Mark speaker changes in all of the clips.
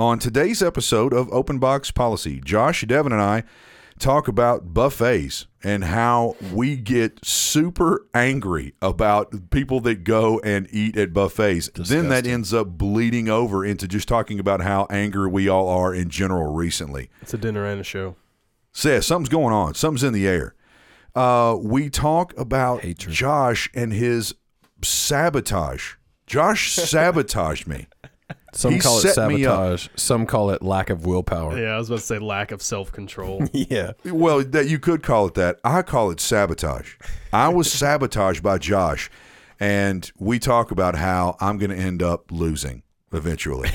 Speaker 1: On today's episode of Open Box Policy, Josh, Devin, and I talk about buffets and how we get super angry about people that go and eat at buffets. Then that ends up bleeding over into just talking about how angry we all are in general recently.
Speaker 2: It's a dinner and a show.
Speaker 1: So yeah, something's going on. Something's in the air. Uh, we talk about Josh and his sabotage. Josh sabotaged me.
Speaker 3: Some
Speaker 1: He
Speaker 3: call it
Speaker 1: set me up.
Speaker 3: sabotage. Some call it lack of willpower.
Speaker 2: Yeah, I was about to say lack of self control.
Speaker 3: Yeah.
Speaker 1: Well, that you could call it that. I call it sabotage. I was sabotaged by Josh, and we talk about how I'm going to end up losing eventually.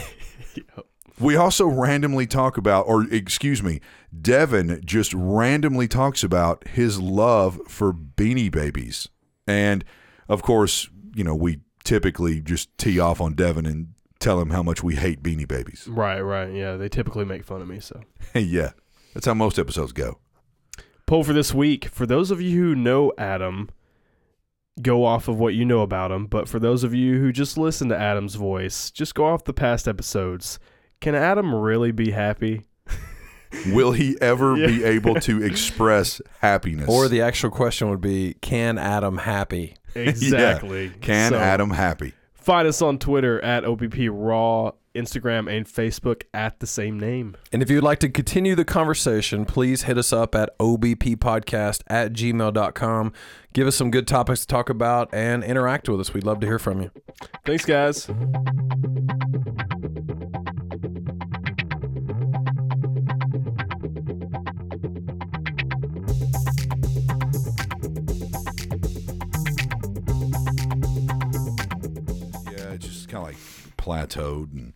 Speaker 1: We also randomly talk about, or excuse me, Devin just randomly talks about his love for beanie babies. And of course, you know, we typically just tee off on Devin and tell him how much we hate beanie babies.
Speaker 2: right, right. Yeah, they typically make fun of me. So,
Speaker 1: yeah, that's how most episodes go.
Speaker 2: poll for this week for those of you who know Adam, go off of what you know about him. But for those of you who just listen to Adam's voice, just go off the past episodes. Can Adam really be happy?
Speaker 1: Will he ever
Speaker 2: Yeah.
Speaker 1: be able to express happiness?
Speaker 3: Or the actual question would be, can Adam happy?
Speaker 2: Exactly.
Speaker 1: can
Speaker 2: So,
Speaker 1: Adam happy?
Speaker 2: Find us on Twitter at OPP Raw, Instagram, and Facebook at the same name.
Speaker 3: And if you'd like to continue the conversation, please hit us up at obppodcast at gmail.com. Give us some good topics to talk about and interact with us. We'd love to hear from you.
Speaker 2: Thanks, guys.
Speaker 1: Yeah, it's just kind of like plateaued and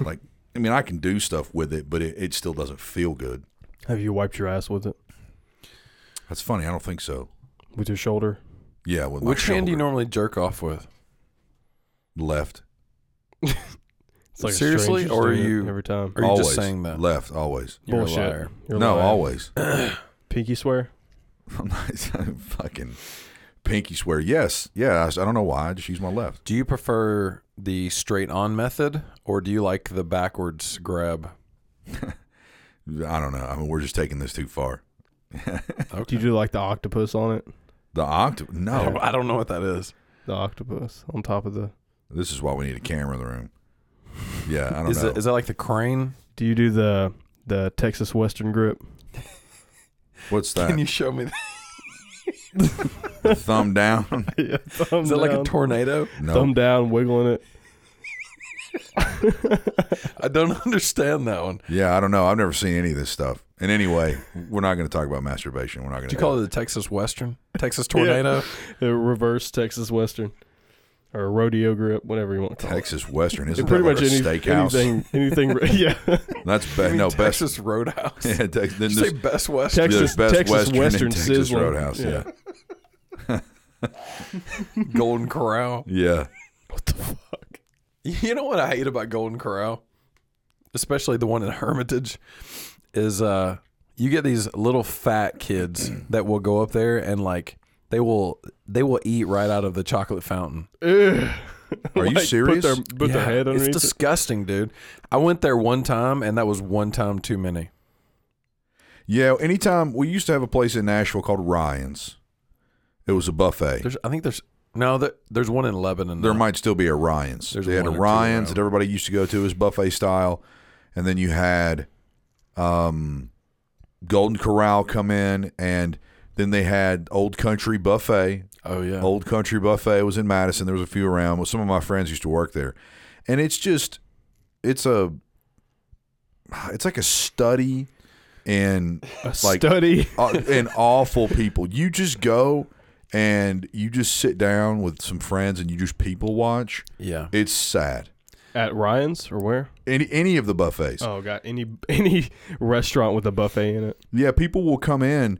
Speaker 1: like. I mean, I can do stuff with it, but it, it still doesn't feel good.
Speaker 2: Have you wiped your ass with it?
Speaker 1: That's funny. I don't think so.
Speaker 2: With your shoulder?
Speaker 1: Yeah, with my
Speaker 3: Which hand do you
Speaker 1: shoulder.
Speaker 3: normally jerk off with?
Speaker 1: left?
Speaker 2: It's like a
Speaker 3: Seriously,
Speaker 2: strange
Speaker 3: or
Speaker 2: just
Speaker 3: are
Speaker 2: doing it
Speaker 3: you-
Speaker 2: every time?
Speaker 3: Or are you
Speaker 1: always
Speaker 3: just saying that?
Speaker 1: Left, always.
Speaker 3: You're a
Speaker 2: Bullshit.
Speaker 3: liar.
Speaker 2: You're a
Speaker 1: no,
Speaker 2: liar.
Speaker 1: always.
Speaker 2: Pinky swear.
Speaker 1: I'm not I'm fucking pinky swear. Yes, yeah. I, s- I don't know why. I just use my left.
Speaker 3: Do you prefer the straight on method or do you like the backwards grab?
Speaker 1: I don't know. I mean, we're just taking this too far.
Speaker 2: Do you do like the octopus on it?
Speaker 1: The octave.
Speaker 3: I don't-
Speaker 1: No,
Speaker 3: I don't know what that is.
Speaker 2: The octopus on top of the.
Speaker 1: this is why we need a camera in the room. Yeah, I don't
Speaker 3: Is,
Speaker 1: know.
Speaker 3: it, is that like the crane?
Speaker 2: Do you do the the Texas Western grip?
Speaker 1: What's that?
Speaker 3: Can you show me that?
Speaker 1: Thumb down.
Speaker 2: yeah, thumb
Speaker 3: Is that like a tornado?
Speaker 1: No.
Speaker 2: thumb down, wiggling it.
Speaker 3: I don't understand that one.
Speaker 1: Yeah, I don't know. I've never seen any of this stuff. And anyway, we're not going to talk about masturbation. We're not going to
Speaker 3: Did you call it the Texas Western? Texas tornado?
Speaker 2: The reverse Texas Western, or rodeo grip, whatever you want to call it.
Speaker 1: Texas Western. Isn't
Speaker 2: And pretty
Speaker 1: that
Speaker 2: much
Speaker 1: like
Speaker 2: any,
Speaker 1: a steakhouse?
Speaker 2: anything, anything. yeah,
Speaker 1: That's
Speaker 3: You
Speaker 1: best.
Speaker 3: mean
Speaker 1: No,
Speaker 3: Texas Roadhouse.
Speaker 1: best. Yeah, Tex- then
Speaker 3: Did you
Speaker 1: this-
Speaker 3: say Best Western?
Speaker 1: there's
Speaker 2: Texas,
Speaker 1: best
Speaker 2: Texas
Speaker 1: Western,
Speaker 2: Western
Speaker 1: and Texas
Speaker 2: sizzling.
Speaker 1: Roadhouse. Yeah,
Speaker 3: Golden Corral.
Speaker 1: yeah.
Speaker 2: What the fuck?
Speaker 3: You know what I hate about Golden Corral? Especially the one in Hermitage is uh you get these little fat kids that will go up there and like they will they will eat right out of the chocolate fountain.
Speaker 1: Are you serious?
Speaker 2: Put their, put their
Speaker 3: Yeah,
Speaker 2: head underneath.
Speaker 3: it's
Speaker 2: it.
Speaker 3: disgusting, dude. I went there one time and that was one time too many.
Speaker 1: Yeah. Anytime we used to have a place in Nashville called Ryan's. It was a buffet.
Speaker 3: There's I think there's no there, there's one in Lebanon.
Speaker 1: there
Speaker 3: now.
Speaker 1: might still be a Ryan's.
Speaker 3: There's
Speaker 1: they had a
Speaker 3: one or two
Speaker 1: Ryan's
Speaker 3: around.
Speaker 1: that everybody used to go to as buffet style, and then you had um, Golden Corral come in, and then they had Old Country Buffet.
Speaker 3: Oh yeah.
Speaker 1: Old Country Buffet was in Madison. There was a few around. Well, some of my friends used to work there, and it's just it's a it's like a study in
Speaker 2: A
Speaker 1: like-
Speaker 2: study.
Speaker 1: uh, and awful people. You just go and you just sit down with some friends and you just people watch.
Speaker 3: Yeah.
Speaker 1: It's sad.
Speaker 2: At Ryan's or where?
Speaker 1: Any any of the buffets.
Speaker 2: Oh god, any any restaurant with a buffet in it.
Speaker 1: Yeah, people will come in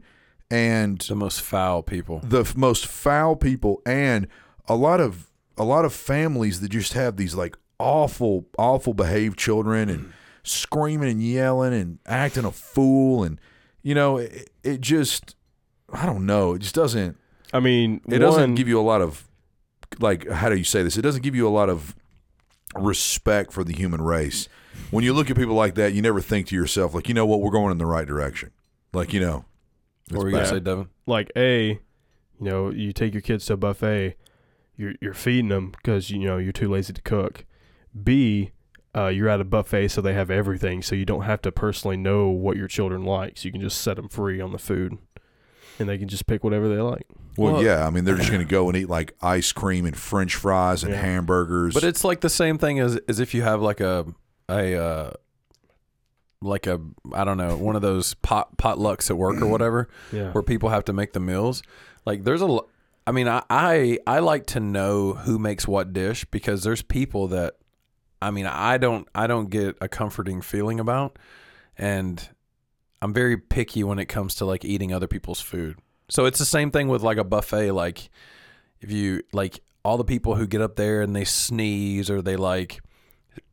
Speaker 1: and
Speaker 3: The most foul people.
Speaker 1: the f- most foul people and a lot of a lot of families that just have these like awful awful behaved children and screaming and yelling and acting a fool and you know it, it just I don't know, it just doesn't
Speaker 2: I mean,
Speaker 1: it
Speaker 2: one,
Speaker 1: doesn't give you a lot of like how do you say this it doesn't give you a lot of respect for the human race. When you look at people like that, you never think to yourself, like, you know what, we're going in the right direction. Like, you know,
Speaker 3: What were you gonna say, Devin?
Speaker 2: like a you know you take your kids to a buffet you're, you're feeding them because you know you're too lazy to cook b uh, you're at a buffet so they have everything so you don't have to personally know what your children like so you can just set them free on the food and they can just pick whatever they like
Speaker 1: well,
Speaker 3: Well-
Speaker 1: yeah, I mean, they're just going to go and eat like ice cream and French fries and
Speaker 2: Yeah.
Speaker 1: hamburgers.
Speaker 3: But it's like the same thing as as if you have like a a uh, like a I don't know one of those pot potlucks at work or whatever
Speaker 2: yeah
Speaker 3: where people have to make the meals. Like there's a l- I mean I I, I like to know who makes what dish because there's people that I mean I don't I don't get a comforting feeling about and I'm very picky when it comes to like eating other people's food. So it's the same thing with like a buffet like if you like all the people who get up there and they sneeze or they like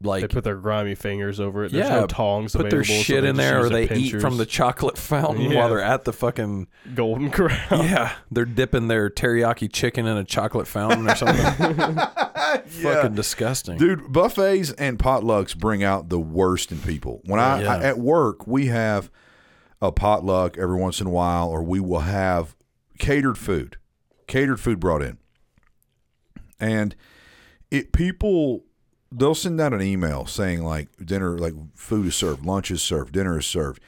Speaker 2: they
Speaker 3: like
Speaker 2: put their grimy fingers over it there's
Speaker 3: Yeah,
Speaker 2: no tongs
Speaker 3: put their
Speaker 2: available, so
Speaker 3: shit
Speaker 2: they
Speaker 3: in
Speaker 2: just
Speaker 3: there
Speaker 2: use
Speaker 3: or
Speaker 2: their
Speaker 3: they eat from the
Speaker 2: pinchers.
Speaker 3: chocolate fountain
Speaker 2: Yeah.
Speaker 3: while they're at the fucking
Speaker 2: golden crown
Speaker 3: yeah, they're dipping their teriyaki chicken in a chocolate fountain or something. Fucking disgusting.
Speaker 1: Dude, buffets and potlucks bring out the worst in people. When I,
Speaker 3: Yeah.
Speaker 1: I at work, we have a potluck every once in a while, or we will have catered food, catered food brought in, and it people they'll send out an email saying like dinner, like food is served, lunch is served, dinner is served,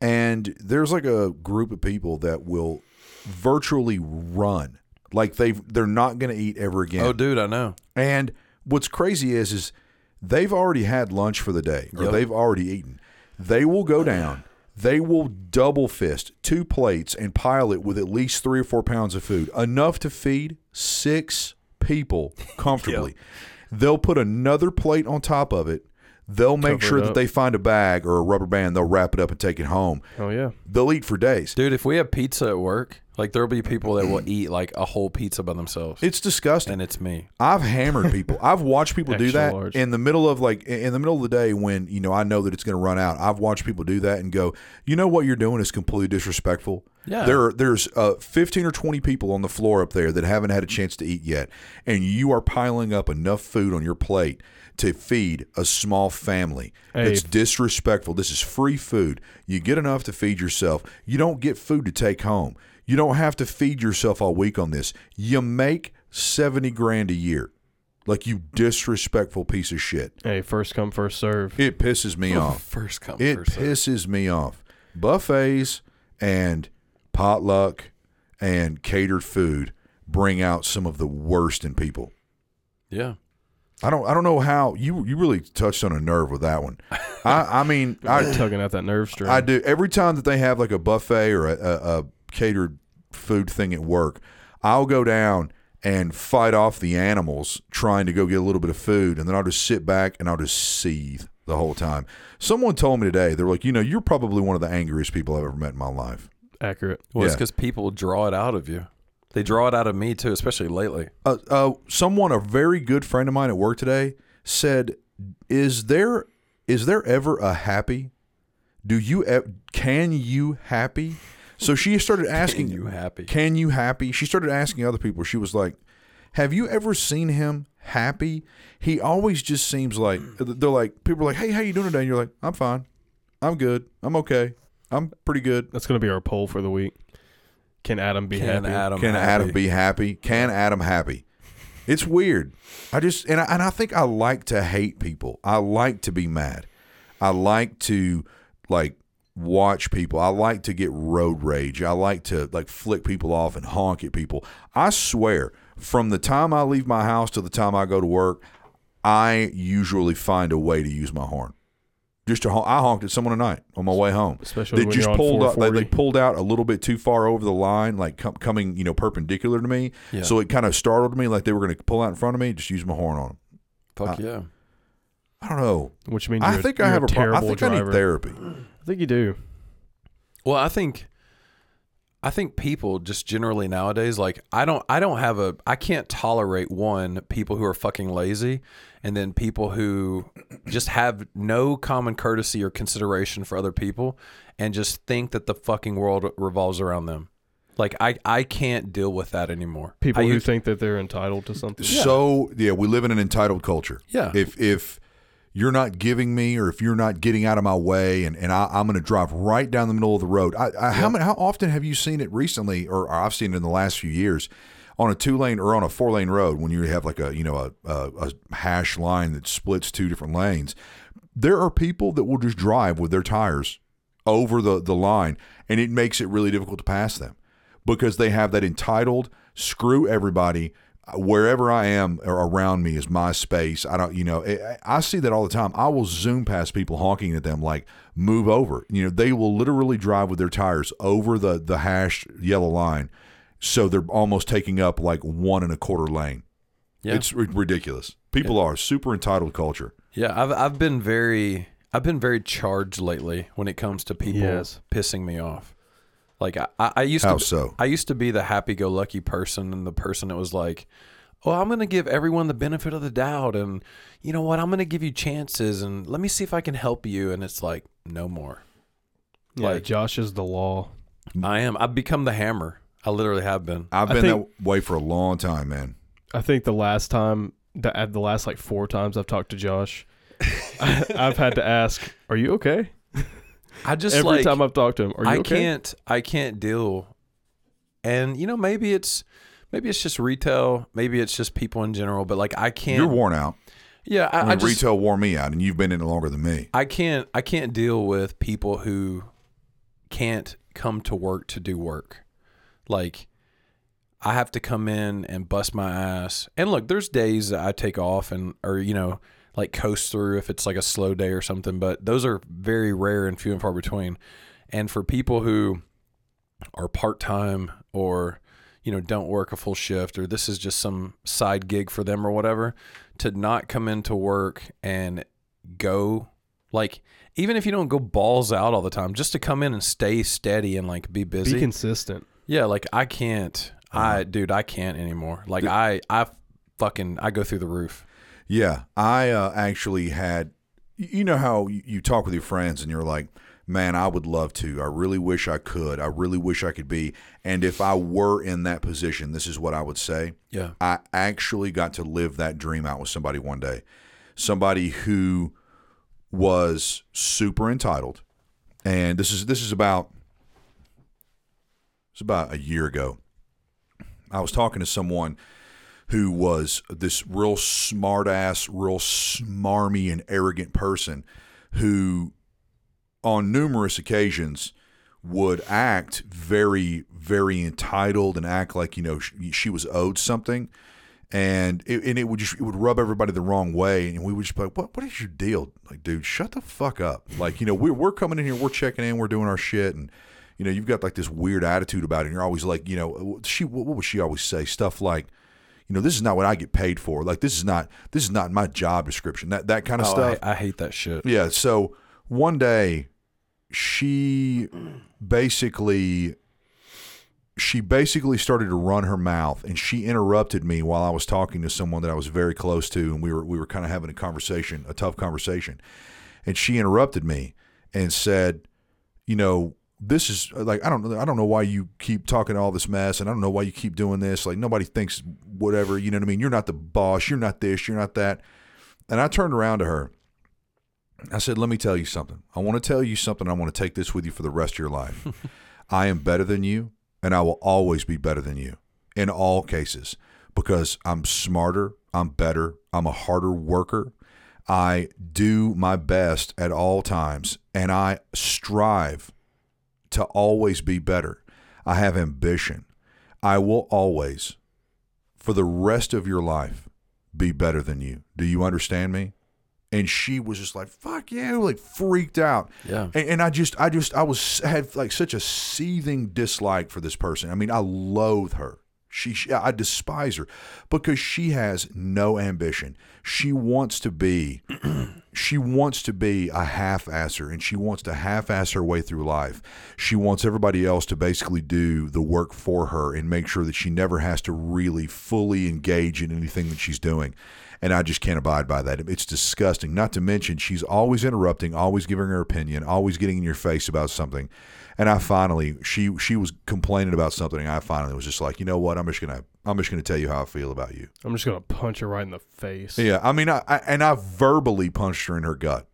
Speaker 1: and there's like a group of people that will virtually run like they've they're not going to eat ever again.
Speaker 3: Oh, dude, I know.
Speaker 1: And what's crazy is is they've already had lunch for the day or
Speaker 3: Yep.
Speaker 1: they've already eaten. They will go down. They will double fist two plates and pile it with at least three or four pounds of food, enough to feed six people comfortably. They'll put another plate on top of it. They'll make
Speaker 2: Cover it
Speaker 1: sure that
Speaker 2: up.
Speaker 1: they find a bag or a rubber band. They'll wrap it up and take it home.
Speaker 2: oh yeah
Speaker 1: They'll eat for days.
Speaker 3: Dude, if we have pizza at work, like there'll be people that will eat like a whole pizza by themselves.
Speaker 1: It's disgusting.
Speaker 3: and it's me.
Speaker 1: I've hammered people. I've watched people do
Speaker 2: Extra
Speaker 1: that
Speaker 2: large.
Speaker 1: in the middle of like in the middle of the day when you know I know that it's going to run out. I've watched people do that and go, you know what you're doing is completely disrespectful.
Speaker 3: Yeah.
Speaker 1: There are, there's uh, 15 or 20 people on the floor up there that haven't had a chance to eat yet, and you are piling up enough food on your plate to feed a small family.
Speaker 2: Hey.
Speaker 1: It's disrespectful. This is free food. You get enough to feed yourself. You don't get food to take home. You don't have to feed yourself all week on this. You make 70 grand a year. Like you disrespectful piece of shit.
Speaker 2: hey first come first serve
Speaker 1: It pisses me off.
Speaker 3: Oh, First come,
Speaker 1: It
Speaker 3: first served.
Speaker 1: pisses me off. Buffets and potluck and catered food bring out some of the worst in people.
Speaker 3: Yeah.
Speaker 1: I don't I don't know how you you really touched on a nerve with that one. I I mean I
Speaker 2: tugging at that nerve string
Speaker 1: I do every time that they have like a buffet or a, a, a catered food thing at work, I'll go down and fight off the animals trying to go get a little bit of food, and then I'll just sit back and I'll just seethe the whole time. Someone told me today they were like, you know, you're probably one of the angriest people I've ever met in my life.
Speaker 2: accurate
Speaker 3: Well, it's
Speaker 1: Yeah.
Speaker 3: because people draw it out of you. They draw it out of me too, especially lately.
Speaker 1: Uh, uh, someone, a very good friend of mine at work today, said, "Is there is there ever a happy? Do you ev- can you happy?" So she started asking
Speaker 3: Can you happy?
Speaker 1: Can you happy? She started asking other people. She was like, "Have you ever seen him happy? He always just seems like they're like people are like, "Hey, how you doing today?" And you're like, "I'm fine. I'm good. I'm okay. I'm pretty good."
Speaker 2: that's gonna be our poll for the week can adam be
Speaker 3: Can
Speaker 2: happy
Speaker 3: Adam?
Speaker 1: Can
Speaker 3: happy?
Speaker 1: Adam be happy? Can Adam happy? It's weird. I just and I, and I think I like to hate people. I like to be mad. I like to like watch people. I like to get road rage. I like to like flick people off and honk at people. I swear, from the time I leave my house to the time I go to work, I usually find a way to use my horn. Just to hon- I honked at someone tonight on my way home.
Speaker 2: Especially
Speaker 1: they
Speaker 2: when
Speaker 1: just
Speaker 2: you're on
Speaker 1: pulled out. They, they
Speaker 2: 440.
Speaker 1: pulled out a little bit too far over the line, like com- coming you know perpendicular to me.
Speaker 3: Yeah.
Speaker 1: So it kind of startled me, like they were going to pull out in front of me. Just use my horn on them.
Speaker 3: Fuck yeah.
Speaker 1: I don't know.
Speaker 2: which means
Speaker 1: I
Speaker 2: you're
Speaker 1: think
Speaker 2: a,
Speaker 1: I
Speaker 2: you're
Speaker 1: have a,
Speaker 2: a
Speaker 1: problem.
Speaker 2: terrible
Speaker 1: I think I
Speaker 2: driver
Speaker 1: need therapy.
Speaker 2: I think you do
Speaker 3: Well, I think I think people just generally nowadays like I don't I don't have a I can't tolerate one people who are fucking lazy and then people who just have no common courtesy or consideration for other people and just think that the fucking world revolves around them. Like I, I can't deal with that anymore.
Speaker 2: People
Speaker 3: I
Speaker 2: who
Speaker 3: used-
Speaker 2: think that they're entitled to something.
Speaker 1: So yeah, we live in an entitled culture.
Speaker 3: Yeah.
Speaker 1: If if you're not giving me, or if you're not getting out of my way, and, and I, I'm going to drive right down the middle of the road. I, I, How many, how often have you seen it recently, or I've seen it in the last few years, on a two lane or on a four lane road when you have like a you know a, a, a hash line that splits two different lanes. There are people that will just drive with their tires over the the line, and it makes it really difficult to pass them because they have that entitled screw everybody wherever I am or around me is my space. I don't, you know, I, I see that all the time. I will zoom past people honking at them like move over. You know, they will literally drive with their tires over the the hashed yellow line, so they're almost taking up like one and a quarter lane.
Speaker 3: Yeah.
Speaker 1: It's ri- ridiculous. People are super entitled culture.
Speaker 3: Yeah, I've I've been very I've been very charged lately when it comes to people
Speaker 2: Yes.
Speaker 3: pissing me off. Like I, I I used
Speaker 1: How
Speaker 3: to
Speaker 1: so?
Speaker 3: I used to be the happy go lucky person and the person that was like, Oh, I'm gonna give everyone the benefit of the doubt and you know what, I'm gonna give you chances and let me see if I can help you and it's like, no more.
Speaker 2: Yeah,
Speaker 3: Like-
Speaker 2: Josh is the law.
Speaker 3: I am. I've become the hammer. I literally have been.
Speaker 1: I've
Speaker 2: I
Speaker 1: been that way for a long time, man.
Speaker 2: I think the last time, the, at the last like four times I've talked to Josh, I, I've had to ask, "Are you okay?"
Speaker 3: I just
Speaker 2: Every
Speaker 3: like,
Speaker 2: time I've talked to him, "Are you
Speaker 3: I
Speaker 2: okay?"
Speaker 3: can't I can't deal. And you know, maybe it's maybe it's just retail, maybe it's just people in general, but like I can't
Speaker 1: You're worn out.
Speaker 3: Yeah, I,
Speaker 1: I
Speaker 3: I,
Speaker 1: mean,
Speaker 3: just
Speaker 1: retail wore me out, and you've been in it longer than me.
Speaker 3: I can't I can't deal with people who can't come to work to do work. Like I have to come in and bust my ass. And look, there's days that I take off and or you know, like coast through if it's like a slow day or something, but those are very rare and few and far between. And for people who are part-time or you know, don't work a full shift or this is just some side gig for them or whatever, to not come into work and go like even if you don't go balls out all the time just to come in and stay steady and like be
Speaker 2: be
Speaker 3: busy
Speaker 2: consistent.
Speaker 3: yeah like i can't i dude i can't anymore like i i fucking i go through the roof
Speaker 1: Yeah, I uh, actually had. You know how you you talk with your friends and you're like, "Man, I would love to. I really wish I could. I really wish I could be." And if I were in that position, this is what I would say.
Speaker 3: yeah
Speaker 1: I actually got to live that dream out with somebody one day. Somebody who was super entitled. And this is this is about it's about a year ago. I was talking to someone who was this real smart ass, real smarmy and arrogant person who on numerous occasions would act very, very entitled and act like you know she, she was owed something, and it, and it would just it would rub everybody the wrong way, and we would just be like, what What is your deal? Like, dude, shut the fuck up. Like, you know, we're we're coming in here, we're checking in, we're doing our shit, and you know, you've got like this weird attitude about it. And you're always like, you know, she what what would she always say? Stuff like. You know, this is not what I get paid for. Like, this is not this is not my job description. That that kind of
Speaker 3: oh,
Speaker 1: stuff.
Speaker 3: I, I hate that shit
Speaker 1: Yeah. So one day, she basically she basically started to run her mouth, and she interrupted me while I was talking to someone that I was very close to, and we were we were kind of having a conversation, a tough conversation, and she interrupted me and said, you know. This is like I don't I don't know why you keep talking all this mess and I don't know why you keep doing this like nobody thinks whatever you know what I mean you're not the boss you're not this you're not that and I turned around to her I said, let me tell you something. I want to tell you something. I want to take this with you for the rest of your life. I am better than you, and I will always be better than you in all cases because I'm smarter, I'm better, I'm a harder worker. I do my best at all times, and I strive to always be better. I have ambition. I will always, for the rest of your life, be better than you. Do you understand me? And she was just like, fuck you, like freaked out.
Speaker 3: yeah
Speaker 1: And, and I just, I just, I was had like such a seething dislike for this person. I mean, I loathe her. She, she, I despise her because she has no ambition. She wants to be, she wants to be a half-asser, and she wants to half-ass her way through life. She wants everybody else to basically do the work for her and make sure that she never has to really fully engage in anything that she's doing. And I just can't abide by that. It's disgusting. Not to mention, she's always interrupting, always giving her opinion, always getting in your face about something. And I finally, she she was complaining about something. And I finally was just like, you know what? I'm just gonna I'm just gonna tell you how I feel about you.
Speaker 2: I'm just gonna punch her right in the face.
Speaker 1: Yeah, I mean, I, I and I verbally punched her in her gut,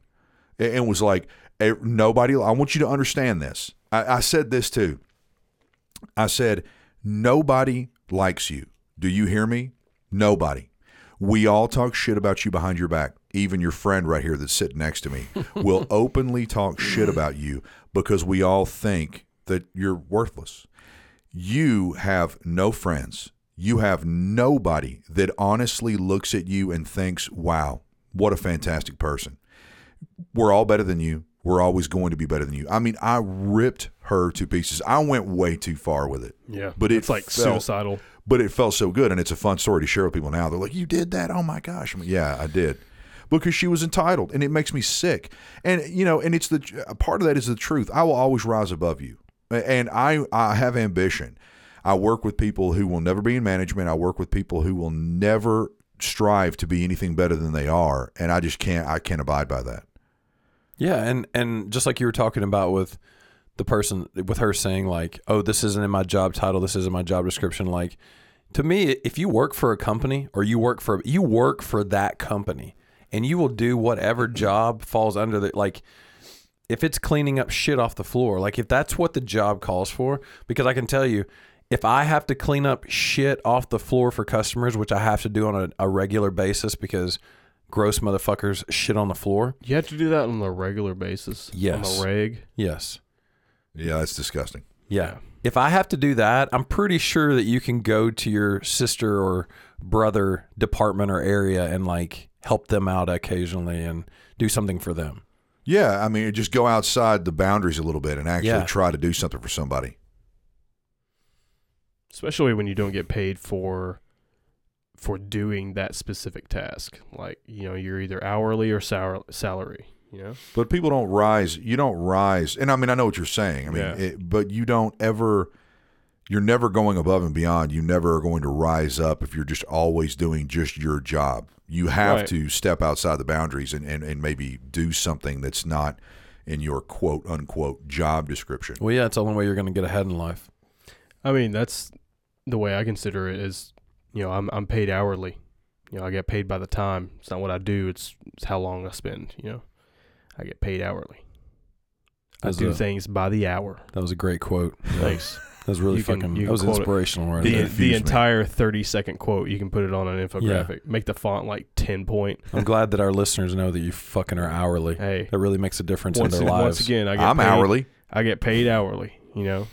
Speaker 1: and, and was like, "Eh, "Nobody, I want you to understand this." I, I said this too. I said, "Nobody likes you." Do you hear me? Nobody. We all talk shit about you behind your back. Even your friend right here that's sitting next to me will openly talk shit about you because we all think that you're worthless you have no friends. You have nobody that honestly looks at you and thinks, wow, what a fantastic person. We're all better than you. We're always going to be better than you. I mean, I ripped her to pieces. I went way too far with it.
Speaker 2: Yeah,
Speaker 1: But it
Speaker 2: it's like
Speaker 1: felt-
Speaker 2: suicidal.
Speaker 1: But it felt so good. And it's a fun story to share with people now. They're like, you did that? Oh my gosh. I'm like, yeah, I did. Because she was entitled. And it makes me sick. And, you know, and it's the part of that is the truth. I will always rise above you. And I, I have ambition. I work with people who will never be in management. I work with people who will never strive to be anything better than they are. And I just can't, I can't abide by that.
Speaker 3: Yeah, and and just like you were talking about with the person with her saying like, "Oh, this isn't in my job title. This isn't my job description." Like to me, if you work for a company or you work for you work for that company, and you will do whatever job falls under the like if it's cleaning up shit off the floor, like if that's what the job calls for, because I can tell you, if I have to clean up shit off the floor for customers, which I have to do on a, a regular basis because gross motherfuckers shit on the floor.
Speaker 2: You have to do that on a regular basis.
Speaker 3: Yes.
Speaker 2: on a reg.
Speaker 3: Yes.
Speaker 1: Yeah, that's disgusting.
Speaker 3: Yeah. If I have to do that, I'm pretty sure that you can go to your sister or brother department or area and like help them out occasionally and do something for them.
Speaker 1: Yeah, I mean, just go outside the boundaries a little bit and actually
Speaker 3: Yeah.
Speaker 1: try to do something for somebody.
Speaker 2: especially when you don't get paid for for doing that specific task like you know you're either hourly or sal- salary you know
Speaker 1: But people don't rise. You don't rise. And I mean, I know what you're saying. I mean,
Speaker 2: Yeah.
Speaker 1: it, but you don't ever. You're never going above and beyond. You never are going to rise up if you're just always doing just your job. You have
Speaker 2: Right.
Speaker 1: to step outside the boundaries and, and, and maybe do something that's not in your quote unquote job description.
Speaker 3: Well, yeah, it's the only way you're going to get ahead in life.
Speaker 2: i mean that's the way i consider it is you know i'm, I'm paid hourly you know i get paid by the time it's not what i do it's, it's how long i spend you know i get paid hourly i
Speaker 3: As
Speaker 2: do
Speaker 3: a-
Speaker 2: things by the hour
Speaker 3: That was a great quote.
Speaker 2: thanks
Speaker 3: That was really
Speaker 2: You can-
Speaker 3: fucking.
Speaker 2: you
Speaker 3: that was
Speaker 2: can quote it.
Speaker 3: inspirational, right?
Speaker 2: the,
Speaker 3: there.
Speaker 1: confused me.
Speaker 2: the entire 30 second quote you can put it on an infographic make the font like 10 point
Speaker 3: I'm glad that our listeners know that you fucking are hourly.
Speaker 2: hey
Speaker 3: That really makes a difference
Speaker 2: once,
Speaker 3: in their
Speaker 2: once
Speaker 3: lives.
Speaker 2: again i get
Speaker 1: I'm
Speaker 2: paid,
Speaker 1: hourly.
Speaker 2: I get paid hourly, you know.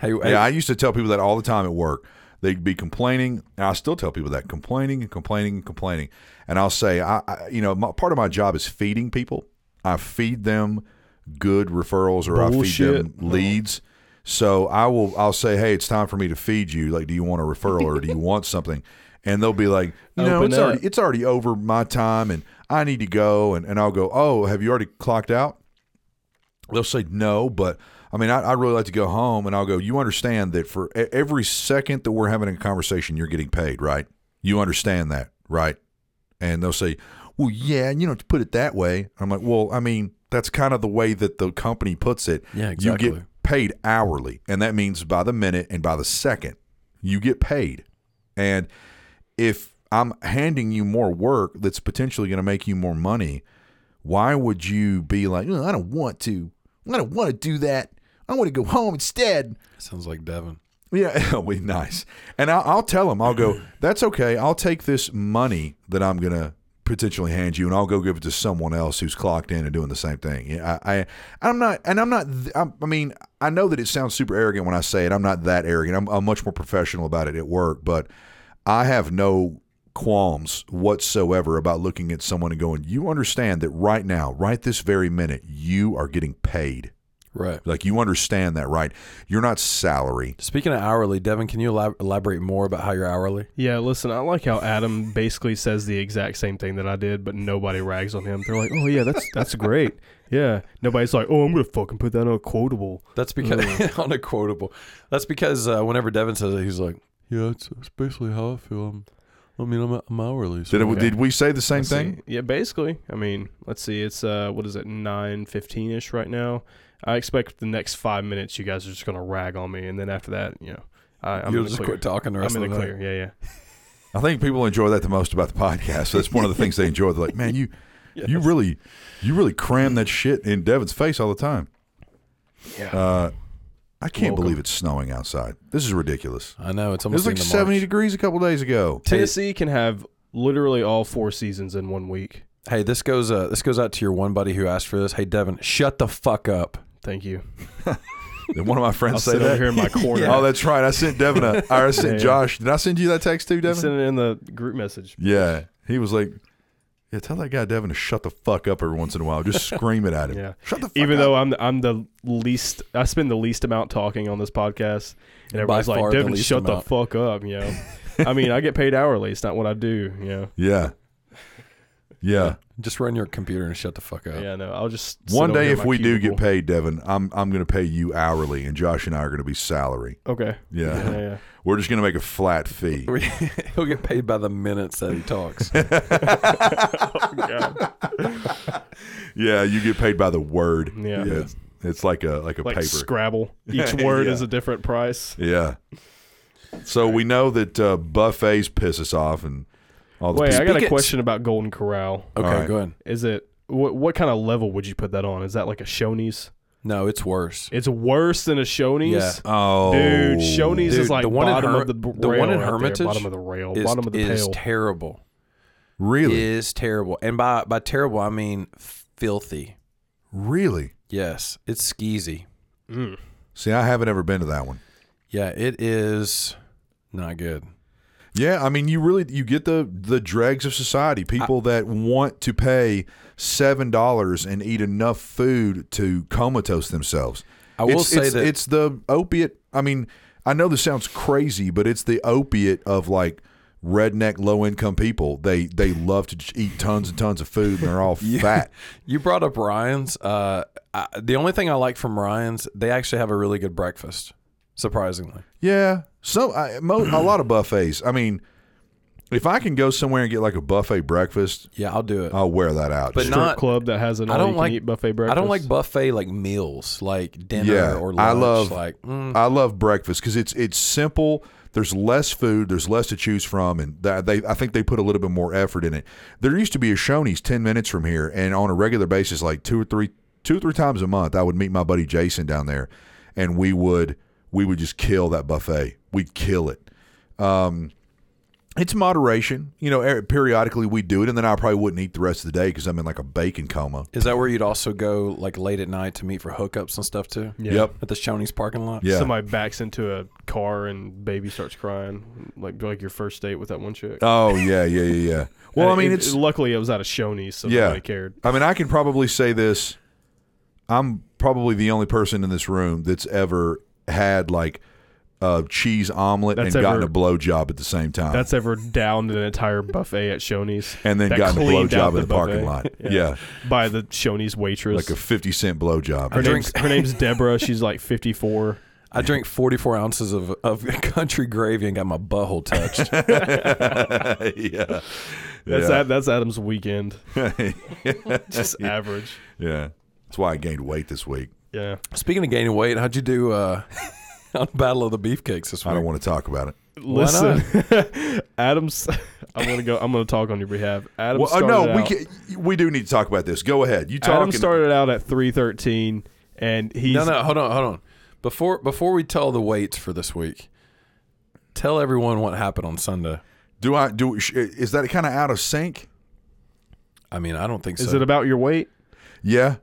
Speaker 3: Hey, hey,
Speaker 1: Yeah, I used to tell people that all the time at work. They'd be complaining, and I still tell people that complaining and complaining and complaining. And I'll say, I, I you know, my, part of my job is feeding people. I feed them good referrals or I feed them
Speaker 2: Bullshit.
Speaker 1: leads. So I will, I'll say, hey, it's time for me to feed you. Like, do you want a referral or do you want something? And they'll be like, no,
Speaker 2: Open
Speaker 1: it's already,
Speaker 2: up.
Speaker 1: it's already over my time, and I need to go. And and I'll go, oh, have you already clocked out? they'll say no, but I mean, I, I really like to go home, and I'll go. You understand that for e- every second that we're having a conversation, you're getting paid, right? You understand that, right? And they'll say, "Well, yeah, you know, to put it that way." I'm like, "Well, I mean, that's kind of the way that the company puts it.
Speaker 3: Yeah,
Speaker 1: You
Speaker 3: exactly.
Speaker 1: get paid hourly, and that means by the minute and by the second, you get paid. And if I'm handing you more work that's potentially going to make you more money, why would you be like, "Oh, I don't want to. I don't want to do that. I want to go home instead.
Speaker 3: sounds like Devin.
Speaker 1: Yeah, we nice. And I'll, I'll tell them, I'll go, that's okay. I'll take this money that I'm going to potentially hand you and I'll go give it to someone else who's clocked in and doing the same thing. Yeah, I, I I'm not, and I'm not, th- I'm, I mean, I know that it sounds super arrogant when I say it. I'm not that arrogant. I'm, I'm much more professional about it at work, but I have no qualms whatsoever about looking at someone and going, you understand that right now, right this very minute, you are getting paid.
Speaker 3: Right.
Speaker 1: Like you understand that, right? You're not salary.
Speaker 3: Speaking of hourly, Devin, can you elab- elaborate more about how you're hourly?
Speaker 2: Yeah, listen, I like how Adam basically says the exact same thing that I did, but nobody rags on him. They're like, "Oh yeah, that's that's great." Yeah, nobody's like, "Oh, I'm gonna fucking put that on a quotable."
Speaker 3: That's because
Speaker 2: Hmm.
Speaker 3: on a quotable. That's because uh, whenever Devin says it, he's like, "Yeah, it's, it's basically how I feel. I'm, I mean, I'm, I'm hourly. So
Speaker 1: Did, it,
Speaker 2: Okay.
Speaker 1: did we say the same
Speaker 2: Let's
Speaker 1: thing?
Speaker 2: see. Yeah, basically. I mean, let's see. It's uh, what is it, nine fifteen ish right now. I expect the next five minutes you guys are just gonna rag on me, and then after that, you know, I, I'm
Speaker 3: you'll
Speaker 2: in the
Speaker 3: just
Speaker 2: clear.
Speaker 3: quit talking the
Speaker 2: I'm
Speaker 3: rest
Speaker 2: in the
Speaker 3: of the night.
Speaker 2: clear. Yeah, yeah.
Speaker 1: I think people enjoy that the most about the podcast. That's one of the things they enjoy. They're like, man, you you really you really cram that shit in Devin's face all the time.
Speaker 2: Yeah.
Speaker 1: Uh, I can't
Speaker 2: Welcome.
Speaker 1: believe it's snowing outside. This is ridiculous.
Speaker 3: I know it's
Speaker 1: It was
Speaker 3: almost
Speaker 1: like
Speaker 3: the end of
Speaker 1: 70
Speaker 3: March.
Speaker 1: degrees a couple days ago.
Speaker 2: Tennessee can have literally all four seasons in one week.
Speaker 3: Hey, this goes uh, this goes out to your one buddy who asked for this. Hey, Devin, shut the fuck up.
Speaker 2: Thank you.
Speaker 1: Did one of my
Speaker 2: I'll
Speaker 1: friends say
Speaker 2: sit over
Speaker 1: that?
Speaker 2: here in my corner.
Speaker 1: Oh, that's right. I sent Devin a. Or I sent
Speaker 2: Yeah.
Speaker 1: Josh. Did I send you that text too, Devin?
Speaker 2: Send it in the group message.
Speaker 1: yeah. He was like, yeah, tell that guy Devin to shut the fuck up every once in a while. Just scream it at him.
Speaker 2: Yeah.
Speaker 1: Shut the fuck
Speaker 2: Even
Speaker 1: up.
Speaker 2: though I'm the, I'm the least, I spend the least amount talking on this podcast, and everybody's
Speaker 3: far
Speaker 2: like,
Speaker 3: the
Speaker 2: "Devin,
Speaker 3: least
Speaker 2: shut
Speaker 3: amount."
Speaker 2: the fuck up," you know. I mean, I get paid hourly. It's not what I do, you know.
Speaker 1: Yeah. Yeah.
Speaker 3: Just run your computer and shut the fuck up.
Speaker 2: Yeah, no, I'll just sit
Speaker 1: One
Speaker 2: over
Speaker 1: day,
Speaker 2: here in
Speaker 1: if
Speaker 2: my
Speaker 1: we do get
Speaker 2: cubicle.
Speaker 1: paid, Devin, I'm I'm going to pay you hourly, and Josh and I are going to be salary.
Speaker 3: uh,
Speaker 2: okay,
Speaker 1: Yeah,
Speaker 2: yeah, yeah.
Speaker 1: we're just going to make a flat fee.
Speaker 3: He'll get paid by the minutes that he talks.
Speaker 1: yeah, you get paid by the word.
Speaker 2: Yeah.
Speaker 1: it's, it's like a like a
Speaker 2: like
Speaker 1: paper.
Speaker 2: Scrabble. Each word
Speaker 1: Yeah.
Speaker 2: is a different price.
Speaker 1: yeah. So we know that uh, buffets piss us off, and all the
Speaker 2: Wait, I
Speaker 1: people.
Speaker 2: got
Speaker 3: Speak
Speaker 2: a
Speaker 3: it.
Speaker 2: question about Golden Corral.
Speaker 3: Okay,
Speaker 1: All right.
Speaker 3: go ahead.
Speaker 2: Is it what what kind of level would you put that on? Is that like a Shoney's?
Speaker 3: No, it's worse.
Speaker 2: It's worse than a Shoney's.
Speaker 1: oh,
Speaker 2: Dude, Shoney's
Speaker 3: Oh. Dude,
Speaker 2: is like
Speaker 3: the one in
Speaker 2: bottom
Speaker 3: Her-
Speaker 2: of the b-
Speaker 3: the one
Speaker 2: rail
Speaker 3: in
Speaker 2: right there,
Speaker 3: Hermitage
Speaker 2: bottom of the rail,
Speaker 3: Is,
Speaker 2: bottom of the
Speaker 3: is
Speaker 2: pail.
Speaker 3: terrible.
Speaker 1: really,
Speaker 3: Is terrible. And by by terrible, I mean filthy.
Speaker 1: really.
Speaker 3: Yes, it's skeezy.
Speaker 2: Mm.
Speaker 1: See, I haven't ever been to that one.
Speaker 3: Yeah, it is not good.
Speaker 1: Yeah, I mean, you really you get the the dregs of society, people that want to pay seven dollars and eat enough food to comatose themselves.
Speaker 3: I will
Speaker 1: It's-
Speaker 3: say
Speaker 1: it's-
Speaker 3: that-
Speaker 1: it's the opiate. I mean, I know this sounds crazy, but it's the opiate of like redneck low income people. They they love to just eat tons and tons of food, and they're all fat.
Speaker 3: You brought up Ryan's. Uh, I, the only thing I like from Ryan's, they actually have a really good breakfast. Surprisingly,
Speaker 1: Yeah, some I, mo- a lot of buffets. I mean, if I can go somewhere and get like a buffet breakfast,
Speaker 3: yeah, I'll do it.
Speaker 1: I'll wear that out.
Speaker 3: But
Speaker 1: Just-
Speaker 2: Strip
Speaker 3: Not-
Speaker 2: club that has an
Speaker 3: I don't like-
Speaker 2: all-you-can-eat buffet breakfast.
Speaker 3: I don't like buffet like meals, like dinner
Speaker 1: Yeah,
Speaker 3: or lunch.
Speaker 1: I love-
Speaker 3: like mm,
Speaker 1: I love breakfast because it's it's simple. There's less food. There's less to choose from, and that they I think they put a little bit more effort in it. There used to be a Shoney's ten minutes from here, and on a regular basis, like two or three two or three times a month, I would meet my buddy Jason down there, and we would we would just kill that buffet. We'd kill it. Um, It's moderation, you know. er- Periodically, we do it, and then I probably wouldn't eat the rest of the day because I'm in like a bacon coma.
Speaker 3: Is that where you'd also go like late at night to meet for hookups and stuff too?
Speaker 2: Yeah.
Speaker 1: Yep.
Speaker 3: At the Shoney's parking lot.
Speaker 1: Yeah.
Speaker 2: Somebody backs into a car and baby starts crying, like like your first date with that one chick.
Speaker 1: Oh yeah, yeah, yeah, yeah. Well, I
Speaker 2: And
Speaker 1: mean,
Speaker 2: it-
Speaker 1: it's
Speaker 2: luckily it was out of Shoney's, so
Speaker 1: Yeah.
Speaker 2: nobody cared.
Speaker 1: I mean, I can probably say this. I'm probably the only person in this room that's ever had like a cheese omelet
Speaker 2: That's
Speaker 1: and gotten
Speaker 2: ever-
Speaker 1: a blowjob at the same time,
Speaker 2: That's ever downed an entire buffet at Shoney's
Speaker 1: Uh. and then
Speaker 2: that
Speaker 1: gotten a
Speaker 2: cleaned
Speaker 1: blowjob
Speaker 2: out
Speaker 1: in the,
Speaker 2: the
Speaker 1: parking
Speaker 2: buffet.
Speaker 1: lot. yeah.
Speaker 2: Yeah. by the Shoney's waitress.
Speaker 1: like a fifty cent blowjob.
Speaker 2: her
Speaker 1: Yeah.
Speaker 2: name's her name's Deborah. She's like 54.
Speaker 3: I drank 44 ounces of, of country gravy and got my butthole touched.
Speaker 1: yeah,
Speaker 2: That's
Speaker 1: yeah.
Speaker 2: Ad- that's Adam's weekend. Just average.
Speaker 1: yeah. That's why I gained weight this week.
Speaker 2: Yeah.
Speaker 3: Speaking of gaining weight, how'd you do uh, on Battle of the Beefcakes this
Speaker 1: I don't
Speaker 3: week?
Speaker 1: want to talk about it.
Speaker 2: Listen, Adam's. I'm gonna go. I'm gonna talk on your behalf. Adam.
Speaker 1: Well, uh,
Speaker 2: started
Speaker 1: no, we
Speaker 2: out-
Speaker 1: can, we do need to talk about this. Go ahead. You talk.
Speaker 2: Adam
Speaker 1: and-
Speaker 2: started out at 313, and he's
Speaker 3: No, no, hold on, hold on. Before before we tell the weights for this week, tell everyone what happened on Sunday.
Speaker 1: do I do? sh- Is that kind of out of sync?
Speaker 3: I mean, I don't think
Speaker 2: Is
Speaker 3: so.
Speaker 2: it about your weight?
Speaker 1: Yeah.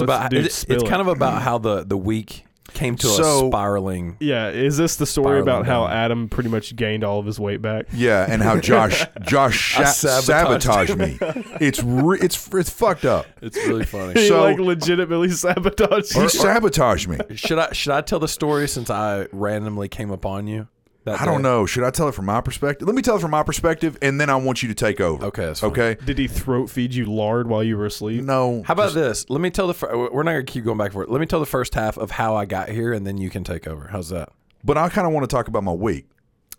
Speaker 2: Let's
Speaker 3: about
Speaker 2: dude,
Speaker 3: it- it's
Speaker 2: spill it.
Speaker 3: kind of about how the the week came to
Speaker 1: So-
Speaker 3: a spiraling.
Speaker 2: Yeah, is this the story about how
Speaker 3: Spiraling down.
Speaker 2: Adam pretty much gained all of his weight back?
Speaker 1: Yeah, and how Josh Josh
Speaker 3: I
Speaker 1: sha- sabotaged,
Speaker 3: sabotaged
Speaker 1: me. It's re- it's it's fucked up.
Speaker 3: It's really funny.
Speaker 2: He
Speaker 1: So-
Speaker 2: like legitimately sabotaged.
Speaker 1: He
Speaker 2: you.
Speaker 1: sabotaged me.
Speaker 3: Should I should I tell the story since I randomly came upon you? That
Speaker 1: I don't
Speaker 3: day?
Speaker 1: know. Should I tell it from my perspective? Let me tell it from my perspective, and then I want you to take over.
Speaker 3: Okay, that's fine.
Speaker 1: Okay.
Speaker 2: Did he throat feed you lard while you were asleep?
Speaker 1: No.
Speaker 3: How about this? Let me tell the. Fir- we're not gonna keep going back and forth. Let me tell the first half of how I got here, and then you can take over. How's that?
Speaker 1: But I kind of want to talk about my week.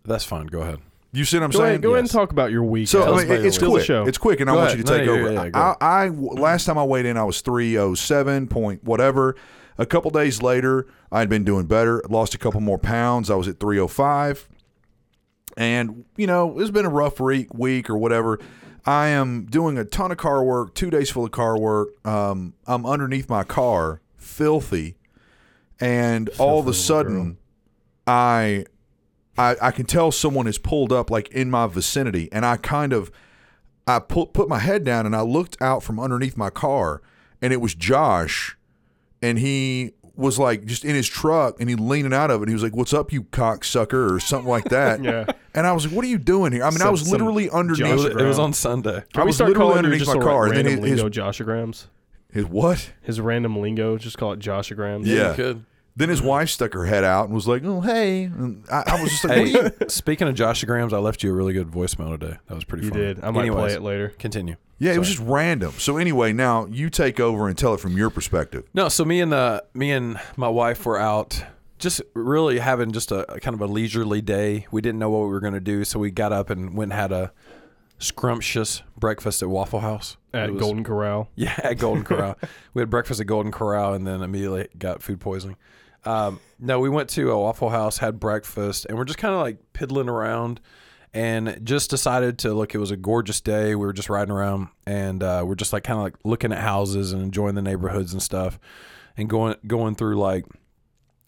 Speaker 3: That's fine. Go ahead.
Speaker 1: You see what I'm
Speaker 2: Go
Speaker 1: saying?
Speaker 2: ahead, go ahead and
Speaker 3: Yes.
Speaker 2: talk about your week.
Speaker 1: So
Speaker 2: Adam.
Speaker 1: I
Speaker 3: us
Speaker 1: mean,
Speaker 3: about
Speaker 1: it- it's
Speaker 2: your week.
Speaker 1: quick.
Speaker 2: Still the show.
Speaker 1: It's quick, and I
Speaker 3: Go
Speaker 1: want
Speaker 3: ahead.
Speaker 1: you to
Speaker 3: No,
Speaker 1: take
Speaker 3: yeah,
Speaker 1: over.
Speaker 3: yeah, yeah, go
Speaker 1: I, I last time I weighed in, I was three oh seven point whatever. A couple days later, I had been doing better. Lost a couple more pounds. I was at three oh five, and you know it's been a rough week, week or whatever. I am doing a ton of car work. Two days full of car work. Um, I'm underneath my car, filthy, and all of a
Speaker 2: Filthy little girl.
Speaker 1: sudden, I I, I can tell someone has pulled up like in my vicinity, and I kind of I put put my head down and I looked out from underneath my car, and it was Josh, and he was like just in his truck and he leaning out of it. And he was like, "What's up, you cocksucker?" or something like that.
Speaker 2: Yeah.
Speaker 1: And I was like, "What are you doing here?" I mean, I
Speaker 2: Some-
Speaker 1: was literally
Speaker 2: some
Speaker 3: It
Speaker 1: underneath
Speaker 3: was,
Speaker 2: Josh-
Speaker 3: it was on Sunday.
Speaker 2: Can
Speaker 1: I
Speaker 2: we
Speaker 1: was
Speaker 2: start
Speaker 1: literally
Speaker 2: calling
Speaker 1: underneath
Speaker 2: you just
Speaker 1: my
Speaker 2: a,
Speaker 1: car,
Speaker 2: Like,
Speaker 1: and then
Speaker 2: random
Speaker 1: his-
Speaker 2: lingo Joshagrams.
Speaker 1: his what?
Speaker 2: His random lingo, just call it Joshagrams.
Speaker 1: Yeah.
Speaker 3: You could.
Speaker 1: Then his wife stuck her head out and was like, "Oh, hey." And I, I was just like, what are you-
Speaker 3: Hey, speaking of Joshagrams, I left you a really good voicemail today. That was pretty
Speaker 2: You
Speaker 3: fun.
Speaker 2: did. I might
Speaker 3: Anyways,
Speaker 2: play it later.
Speaker 3: Continue.
Speaker 1: "Yeah, it was just random." So anyway, now you take over and tell it from your perspective.
Speaker 3: No, so me and uh, me and my wife were out, just really having just a, a kind of a leisurely day. We didn't know what we were going to do, so we got up and went and had a scrumptious breakfast at Waffle House.
Speaker 2: At
Speaker 3: It was-
Speaker 2: Golden Corral.
Speaker 3: Yeah, at Golden Corral. we had breakfast at Golden Corral and then immediately got food poisoning. Um, no, we went to a Waffle House, had breakfast, and we're just kind of like piddling around and just decided to look. It was a gorgeous day. We were just riding around and uh, we're just like kind of like looking at houses and enjoying the neighborhoods and stuff and going, going through like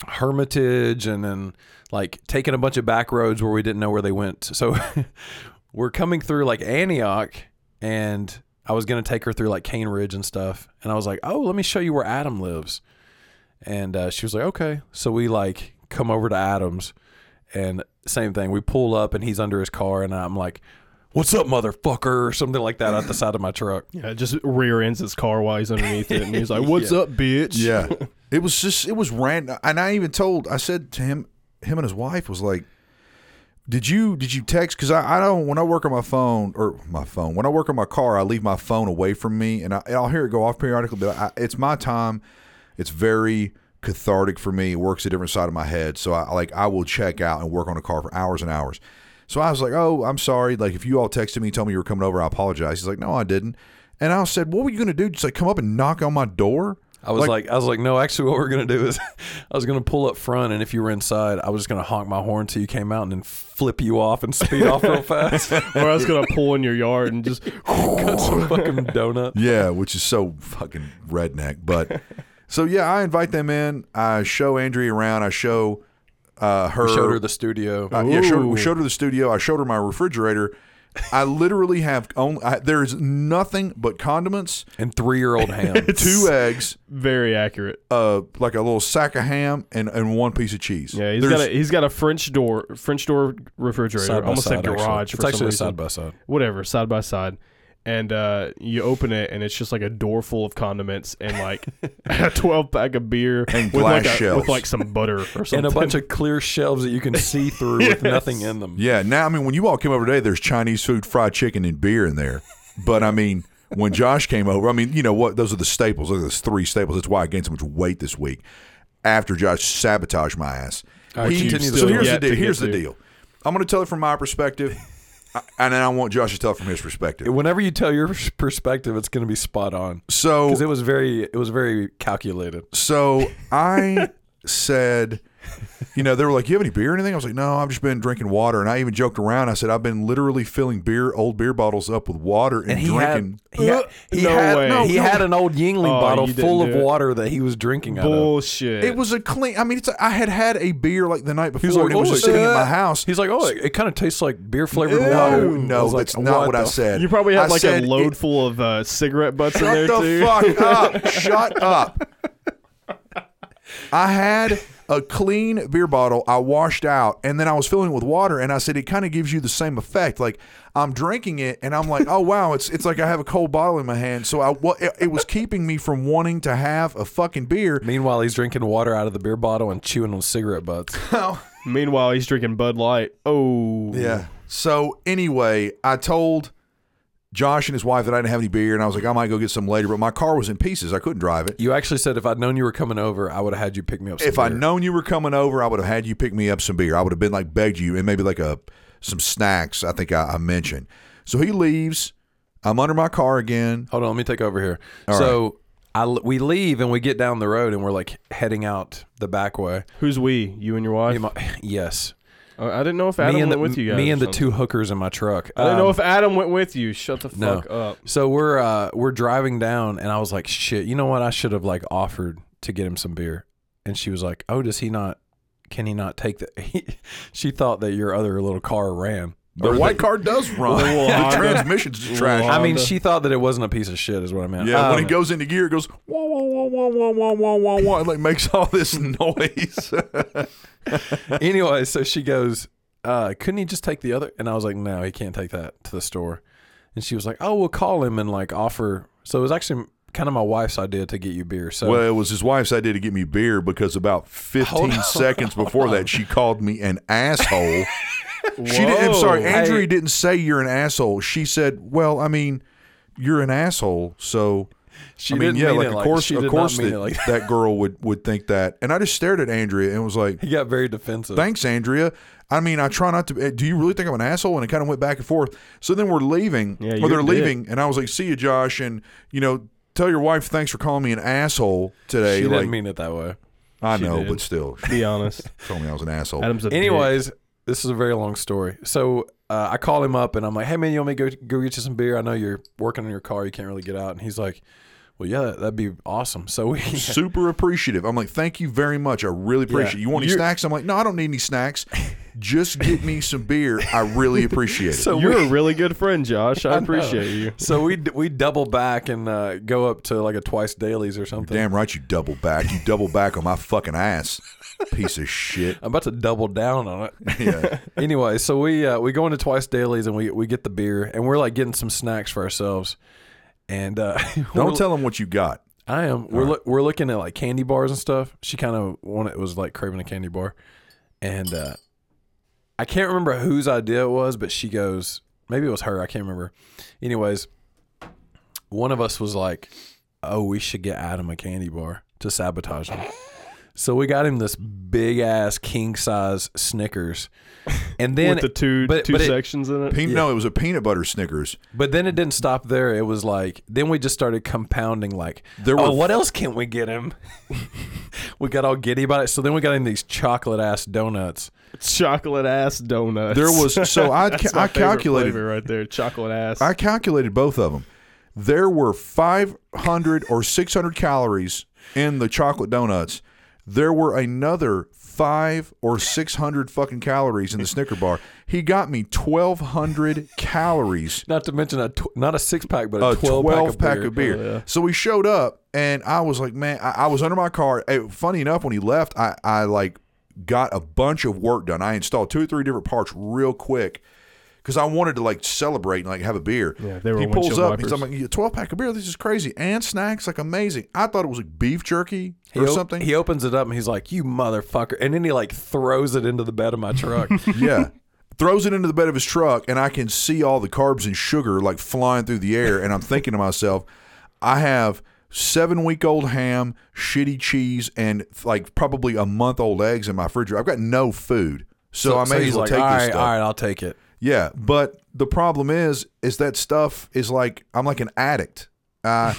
Speaker 3: Hermitage and then like taking a bunch of back roads where we didn't know where they went. So we're coming through like Antioch and I was going to take her through like Cane Ridge and stuff. And I was like, oh, let me show you where Adam lives. And uh, she was like, okay. So we like come over to Adam's and same thing. We pull up and he's under his car and I'm like, what's up, motherfucker? Or something like that at the side of my truck.
Speaker 2: Yeah, just rear ends his car while he's underneath it, and he's like, "What's up, bitch?"
Speaker 1: Yeah. it was just it was random and I even told I said to him him and his wife was like did you did you text cuz I, I don't when I work on my phone or my phone when I work on my car I leave my phone away from me and, I, and I'll hear it go off periodically but I, it's my time it's very cathartic for me it works a different side of my head so I like I will check out and work on a car for hours and hours so I was like oh I'm sorry like if you all texted me and told me you were coming over I apologize he's like no I didn't and I said what were you going to do just like come up and knock on my door
Speaker 3: I was like, I was like, no, actually, what we're gonna do is, I was gonna pull up front, and if you were inside, I was just gonna honk my horn till you came out, and then flip you off and speed off real fast,
Speaker 2: Or I was gonna pull in your yard and just
Speaker 3: cut some fucking donut.
Speaker 1: Yeah, which is so fucking redneck. But so yeah, I invite them in. I show Andrea around. I show uh, her.
Speaker 3: Showed her the studio.
Speaker 1: uh, yeah, showed, we
Speaker 2: Ooh.
Speaker 1: showed her the studio. I showed her my refrigerator. I literally have only I, there is nothing but condiments,
Speaker 3: and three year old ham.
Speaker 1: two eggs,
Speaker 2: very accurate.
Speaker 1: uh, like a little sack of ham, and, and one piece of cheese.
Speaker 2: Yeah, he's
Speaker 1: There's-
Speaker 2: got a he's got a French door French door refrigerator.
Speaker 3: Side by
Speaker 2: almost
Speaker 3: side,
Speaker 2: said garage
Speaker 3: actually.
Speaker 2: for
Speaker 3: It's actually
Speaker 2: some reason.
Speaker 3: a side by side.
Speaker 2: Whatever, side by side. And uh, you open it, and it's just like a door full of condiments and like a twelve pack of beer
Speaker 1: And
Speaker 2: with
Speaker 1: glass
Speaker 2: like a-
Speaker 1: shells.
Speaker 2: with like some butter or something.
Speaker 3: And a bunch of clear shelves that you can see through with nothing in them.
Speaker 1: yeah. Now I mean, when you all came over today, there's Chinese food, fried chicken, and beer in there. But I mean, when Josh came over, I mean, you know what? Those are the staples. Those are those three staples. That's why I gained so much weight this week. After Josh sabotaged my ass,
Speaker 3: All right,
Speaker 1: He-
Speaker 3: continue
Speaker 1: so
Speaker 3: the story.
Speaker 1: here's the
Speaker 2: Yet to
Speaker 1: deal.
Speaker 2: get
Speaker 1: Here's the
Speaker 2: to.
Speaker 1: deal. I'm going to tell it from my perspective, I- and then I want Josh to tell it from his perspective.
Speaker 3: Whenever you tell your perspective, it's going to be spot on
Speaker 1: So
Speaker 3: because it was very, it was very calculated.
Speaker 1: So I said, you know, they were like, "You have any beer or anything?" I was like, "No, I've just been drinking water." And I even joked around. I said, "I've been literally filling beer, old beer bottles up with water and, drinking."
Speaker 3: he had, he
Speaker 2: No
Speaker 3: had,
Speaker 2: way.
Speaker 3: he
Speaker 1: no.
Speaker 3: had an old Yingling
Speaker 2: Oh,
Speaker 3: bottle
Speaker 2: you didn't
Speaker 3: full of
Speaker 2: do it.
Speaker 3: water that he was drinking out of.
Speaker 2: bullshit.
Speaker 1: it was a clean. I mean, it's. I had had a beer like the night before,
Speaker 3: He's like,
Speaker 1: and it was
Speaker 3: "Oh,
Speaker 1: just sitting in
Speaker 3: yeah."
Speaker 1: my house.
Speaker 3: He's like, oh, it, kind of tastes like beer flavored water.
Speaker 1: no,
Speaker 3: I
Speaker 1: no,
Speaker 3: was like,
Speaker 1: that's not what I
Speaker 3: the-
Speaker 1: said.
Speaker 2: you probably had
Speaker 1: I
Speaker 2: like
Speaker 1: said
Speaker 2: a load
Speaker 1: it-
Speaker 2: full of uh, cigarette butts in there
Speaker 1: Shut the
Speaker 2: too.
Speaker 1: fuck up! Shut up! I had a clean beer bottle. I washed out, and then I was filling it with water. And I said it kind of gives you the same effect. Like I'm drinking it, and I'm like, oh wow, it's it's like I have a cold bottle in my hand. So I wa- it, it was keeping me from wanting to have a fucking beer.
Speaker 3: Meanwhile, he's drinking water out of the beer bottle and chewing on cigarette butts.
Speaker 2: Meanwhile, he's drinking Bud Light. Oh,
Speaker 1: Yeah. So anyway, I told Josh and his wife that I didn't have any beer, and I was like, I might go get some later. But my car was in pieces. I couldn't drive it.
Speaker 3: You actually said if I'd known you were coming over, I would have had you pick me up. Some
Speaker 1: if I'd
Speaker 3: beer."
Speaker 1: known you were coming over, I would have had you pick me up some beer. I would have been like begged you and maybe like a some snacks. I think I, I mentioned. So he leaves. I'm under my car again.
Speaker 3: Hold on, let me take over here. so I l we leave and we get down the road and we're like heading out the back way.
Speaker 2: Who's we? You and your wife?
Speaker 3: Me and my- yes,
Speaker 2: Uh, I didn't know if Adam
Speaker 3: me and
Speaker 2: went
Speaker 3: the
Speaker 2: with you guys.
Speaker 3: me
Speaker 2: or
Speaker 3: and the
Speaker 2: something.
Speaker 3: two hookers in my truck.
Speaker 2: I didn't know
Speaker 3: Um,
Speaker 2: if Adam went with you. Shut the
Speaker 3: no.
Speaker 2: fuck up.
Speaker 3: So we're uh, we're driving down, and I was like, "Shit, you know what? I should have like offered to get him some beer." And she was like, "Oh, does he not? Can he not take the?" she thought that your other little car ran.
Speaker 1: The
Speaker 3: Or
Speaker 1: white
Speaker 3: that-
Speaker 1: car does run.
Speaker 2: Little
Speaker 1: the
Speaker 2: Honda.
Speaker 1: transmission's just trash.
Speaker 2: Little
Speaker 3: I mean,
Speaker 2: Honda.
Speaker 3: she thought that it wasn't a piece of shit, is what I meant.
Speaker 1: Yeah, when
Speaker 3: Um,
Speaker 1: it goes into gear, it goes wah wah wah wah wah wah wah wah wah. It like makes all this noise.
Speaker 3: anyway, so she goes, uh, couldn't he just take the other? And I was like, no, he can't take that to the store. And she was like, oh, we'll call him and like offer. So it was actually kind of my wife's idea to get you beer. So
Speaker 1: well, it was his wife's idea to get me beer because about 15
Speaker 3: Hold on.
Speaker 1: seconds before that, she called me an asshole. she didn't. I'm sorry,
Speaker 2: Whoa.
Speaker 1: Andrea
Speaker 3: Hey.
Speaker 1: didn't say you're an asshole. She said, "Well, I mean, you're an asshole." So
Speaker 3: she
Speaker 1: I mean,
Speaker 3: didn't
Speaker 1: yeah,
Speaker 3: mean
Speaker 1: like
Speaker 3: it
Speaker 1: of
Speaker 3: like-
Speaker 1: course,
Speaker 3: she
Speaker 1: of
Speaker 3: did
Speaker 1: course,
Speaker 3: not mean
Speaker 1: that,
Speaker 3: it like that.
Speaker 1: that girl would would think that. And I just stared at Andrea and was like,
Speaker 3: He got very defensive.
Speaker 1: thanks andrea i mean i try not to eh, do you really think i'm an asshole and it kind of went back and forth so then we're leaving
Speaker 2: Yeah,
Speaker 1: or
Speaker 2: you're
Speaker 1: they're
Speaker 2: a dick.
Speaker 1: leaving and i was like see you josh and you know tell your wife thanks for calling me an asshole today
Speaker 3: she
Speaker 1: like
Speaker 3: didn't mean it that way.
Speaker 1: i
Speaker 2: She
Speaker 1: know
Speaker 2: did.
Speaker 1: but still she
Speaker 2: Be honest.
Speaker 1: told me i was an asshole
Speaker 2: Adam's a dick.
Speaker 3: Anyways, this is a very long story. So uh, I call him up and I'm like, "Hey man, you want me to go go get you some beer? I know you're working on your car, you can't really get out." And he's like, "Well, yeah, that'd be awesome." So we
Speaker 1: super appreciative i'm like thank you very much i really appreciate it. you want any
Speaker 2: You're-
Speaker 1: snacks i'm like no i don't need any snacks just get me some beer i really appreciate it
Speaker 3: so
Speaker 2: You're
Speaker 3: we,
Speaker 2: a really good friend, Josh. I,
Speaker 3: I know.
Speaker 2: appreciate you.
Speaker 3: So we d- we double back and uh, go up to like a twice dailies or something.
Speaker 1: damn right you double back you double back on my fucking ass piece of shit
Speaker 3: I'm about to double down on it.
Speaker 1: yeah
Speaker 3: anyway, so we uh, we go into twice dailies and we we get the beer and we're like getting some snacks for ourselves. And uh,
Speaker 1: don't
Speaker 3: we're-
Speaker 1: tell them what you got
Speaker 3: I am. We're loo- we're looking at like candy bars and stuff. She kind of wanted was like craving a candy bar, and uh, I can't remember whose idea it was, but she goes, maybe it was her. I can't remember. Anyways, one of us was like, "Oh, we should get Adam a candy bar to sabotage him." So we got him this big ass king size Snickers, and then
Speaker 2: With the two
Speaker 3: but-
Speaker 2: two
Speaker 3: but it-
Speaker 2: sections in it.
Speaker 1: Pe- No, it was a peanut butter Snickers.
Speaker 3: but then it didn't stop there. It was like then we just started compounding like
Speaker 1: There
Speaker 3: oh,
Speaker 1: were-
Speaker 3: what else can we get him? we got all giddy about it. So then we got him these chocolate ass donuts.
Speaker 2: Chocolate ass donuts.
Speaker 1: There was so I
Speaker 2: That's my
Speaker 1: I
Speaker 2: favorite
Speaker 1: calculated
Speaker 2: flavor right there. Chocolate ass.
Speaker 1: I calculated both of them. There were 500 or 600 calories in the chocolate donuts. There were another 5 or 600 fucking calories in the Snicker bar. He got me 1200 calories.
Speaker 3: Not to mention a tw- not a six pack, but a,
Speaker 1: a
Speaker 3: 12,
Speaker 1: 12
Speaker 3: pack,
Speaker 1: of
Speaker 3: of beer.
Speaker 1: beer.
Speaker 2: Oh, yeah.
Speaker 1: So we showed up, and I was like, man, I, I was under my car. Eh, funny enough, when he left, I, I like got a bunch of work done. I installed two or three different parts real quick because I wanted to like celebrate and like have a beer.
Speaker 2: Yeah, they were
Speaker 1: He pulls
Speaker 2: windshield
Speaker 1: up, and he's
Speaker 2: wipers.
Speaker 1: like, "Yeah, 12 pack of beer. This is crazy. And snacks, like amazing. I thought it was like beef jerky
Speaker 3: He
Speaker 1: or
Speaker 3: op-
Speaker 1: something.
Speaker 3: He opens it up and he's like, "You motherfucker!" And then he like throws it into the bed of my truck.
Speaker 1: yeah. Throws it into the bed of his truck, and I can see all the carbs and sugar like flying through the air. And I'm thinking to myself, I have seven week old ham, shitty cheese, and like probably a month old eggs in my refrigerator. I've got no food. So, I may as
Speaker 3: he's
Speaker 1: well
Speaker 3: like,
Speaker 1: take
Speaker 3: "All
Speaker 1: this
Speaker 3: right,
Speaker 1: stuff.
Speaker 3: all right, I'll take it."
Speaker 1: Yeah, but the problem is, is that stuff is like I'm like an addict. Uh,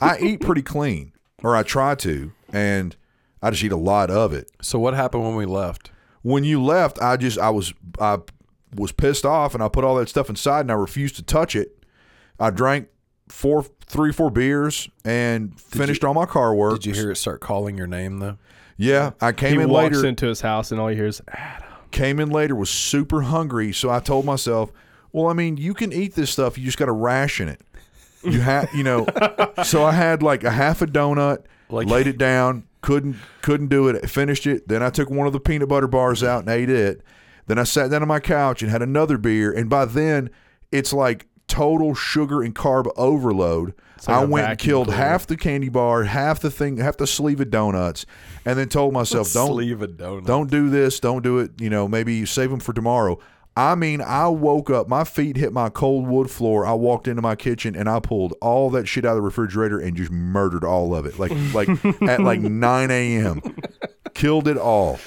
Speaker 1: I eat pretty clean, or I try to, and I just eat a lot of it
Speaker 3: So what happened when we left?
Speaker 1: when you left, I just I was I was pissed off and I put all that stuff inside and I refused to touch it. I drank four three four beers and finished all my car work.
Speaker 3: Did you hear it start calling your name though?
Speaker 1: Yeah, I
Speaker 2: he
Speaker 1: came in
Speaker 2: walks
Speaker 1: later.
Speaker 2: into his house and all you hear is
Speaker 1: Came in later was super hungry, so I told myself, "Well, I mean, you can eat this stuff. You just got to ration it. You have, you know." so I had like a half a donut,
Speaker 3: Like-
Speaker 1: laid it down, couldn't couldn't do it. Finished it. Then I took one of the peanut butter bars out and ate it. Then I sat down on my couch and had another beer. And by then, it's like total sugar and carb overload.
Speaker 2: like
Speaker 1: I
Speaker 2: a
Speaker 1: went and
Speaker 2: vacuum
Speaker 1: killed
Speaker 2: cleaner.
Speaker 1: half the candy bar, half the thing, half the sleeve of donuts, and then told myself, "Don't
Speaker 3: Sleeve a donut.
Speaker 1: don't do this. Don't do it. You know, maybe you save them for tomorrow. I mean, I woke up, my feet hit my cold wood floor. I walked into my kitchen and I pulled all that shit out of the refrigerator and just murdered all of it. Like, like at like 9 a.m., killed it all.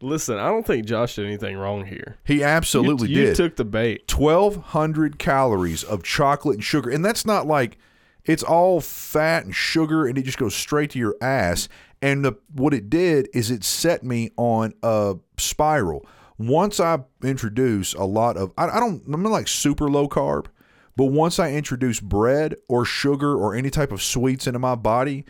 Speaker 2: Listen, I don't think Josh did anything wrong here.
Speaker 1: He
Speaker 2: You-
Speaker 1: absolutely
Speaker 2: you
Speaker 1: did.
Speaker 2: took the bait.
Speaker 1: 1200 calories of chocolate and sugar and that's not like it's all fat and sugar and it just goes straight to your ass and the, what it did is it set me on a spiral once i introduce a lot of i, I don't i'm not like super low carb but once i introduce bread or sugar or any type of sweets into my body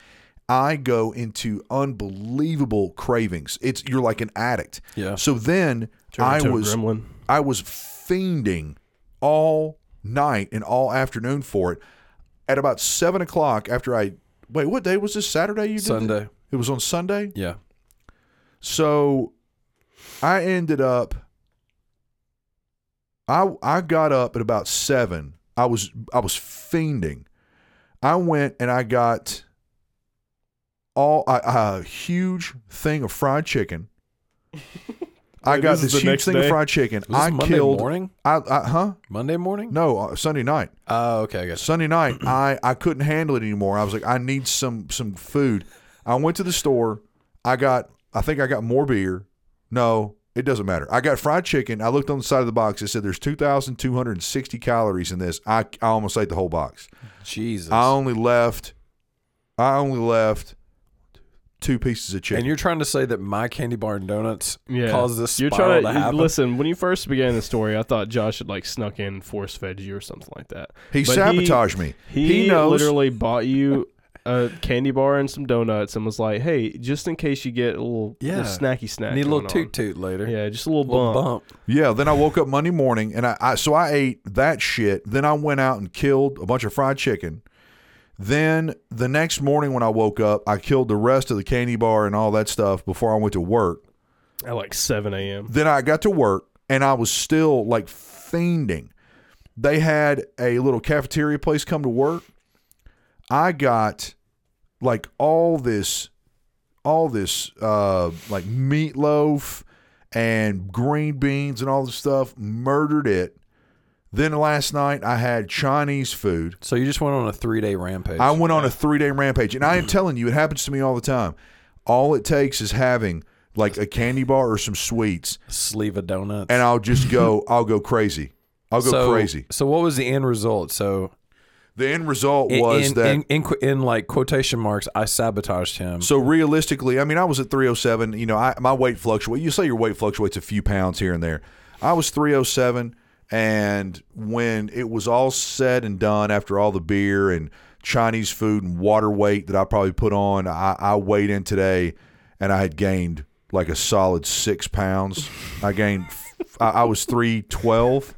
Speaker 1: i go into unbelievable cravings it's you're like an addict
Speaker 3: Yeah.
Speaker 1: so then
Speaker 2: Turned
Speaker 1: i
Speaker 2: into a
Speaker 1: was
Speaker 2: gremlin.
Speaker 1: I was fiending all night and all afternoon for it. At about seven o'clock, after I wait, what day was this? Saturday? You did It?
Speaker 3: Sunday.
Speaker 1: it was on Sunday.
Speaker 3: Yeah.
Speaker 1: So I ended up. I I got up at about seven. I was I was fiending. I went and I got all a, a huge thing of fried chicken. I
Speaker 2: Wait,
Speaker 1: got
Speaker 2: this is
Speaker 1: this
Speaker 2: the
Speaker 1: huge
Speaker 2: next
Speaker 1: thing of
Speaker 2: day?
Speaker 1: fried chicken.
Speaker 3: Was this
Speaker 1: I
Speaker 3: Monday
Speaker 1: killed.
Speaker 3: morning?
Speaker 1: I, I huh?
Speaker 3: Monday morning?
Speaker 1: No, uh, Sunday night.
Speaker 3: Oh, okay. I guess.
Speaker 1: Sunday night, I I couldn't handle it anymore. I was like, I need some some food. I went to the store. I got, I think I got more beer. No, it doesn't matter. I got fried chicken. I looked on the side of the box. It said there's 2,260 calories in this. I I almost ate the whole box.
Speaker 3: Jesus.
Speaker 1: I only left, I only left two pieces of
Speaker 3: and
Speaker 1: chicken.
Speaker 3: you're trying to say that my candy bar and donuts
Speaker 2: Yeah.
Speaker 3: caused this
Speaker 2: You're
Speaker 3: spiral
Speaker 2: trying
Speaker 3: to
Speaker 2: to,
Speaker 3: happen?
Speaker 2: listen. When you first began the story, I thought Josh had like snuck in, force fed you, or something like that.
Speaker 1: He
Speaker 2: But
Speaker 1: sabotaged me.
Speaker 2: He,
Speaker 1: He knows-
Speaker 2: literally bought you a candy bar and some donuts, and was like, "Hey, just in case you get a little,
Speaker 3: Yeah.
Speaker 2: little snacky snack,
Speaker 3: Need a
Speaker 2: going
Speaker 3: little
Speaker 2: on."
Speaker 3: toot toot later.
Speaker 2: Yeah, just a little,
Speaker 3: Little
Speaker 2: bump.
Speaker 3: bump.
Speaker 1: Yeah, then I woke up Monday morning and I, I so I ate that shit. Then I went out and killed a bunch of fried chicken. Then the next morning when I woke up, I killed the rest of the candy bar and all that stuff before I went to work.
Speaker 2: at like 7 a.m.
Speaker 1: Then I got to work and I was still like fiending. They had a little cafeteria place come to work. I got like all this, all this uh, like meatloaf and green beans and all this stuff, murdered it. Then last night I had Chinese food.
Speaker 3: So you just went on a three day rampage.
Speaker 1: I went on a three day rampage, and I am telling you, it happens to me all the time. All it takes is having like a candy bar or some sweets,
Speaker 3: sleeve of donuts.
Speaker 1: and I'll just go,
Speaker 2: Mm-hmm.
Speaker 1: I'll go crazy. I'll go
Speaker 3: so,
Speaker 1: crazy.
Speaker 3: So what was the end result? So
Speaker 1: The end result
Speaker 3: in,
Speaker 1: was
Speaker 3: in,
Speaker 1: that.
Speaker 3: in, in, qu- in like quotation marks, I sabotaged him.
Speaker 1: so realistically, I mean, I was at 307. You know, I, my weight fluctuates. You say your weight fluctuates a few pounds here and there. I was 307, and when it was all said and done, after all the beer and Chinese food and water weight that I probably put on, I, I weighed in today, and I had gained like a solid six pounds. I gained. f- I I was 312.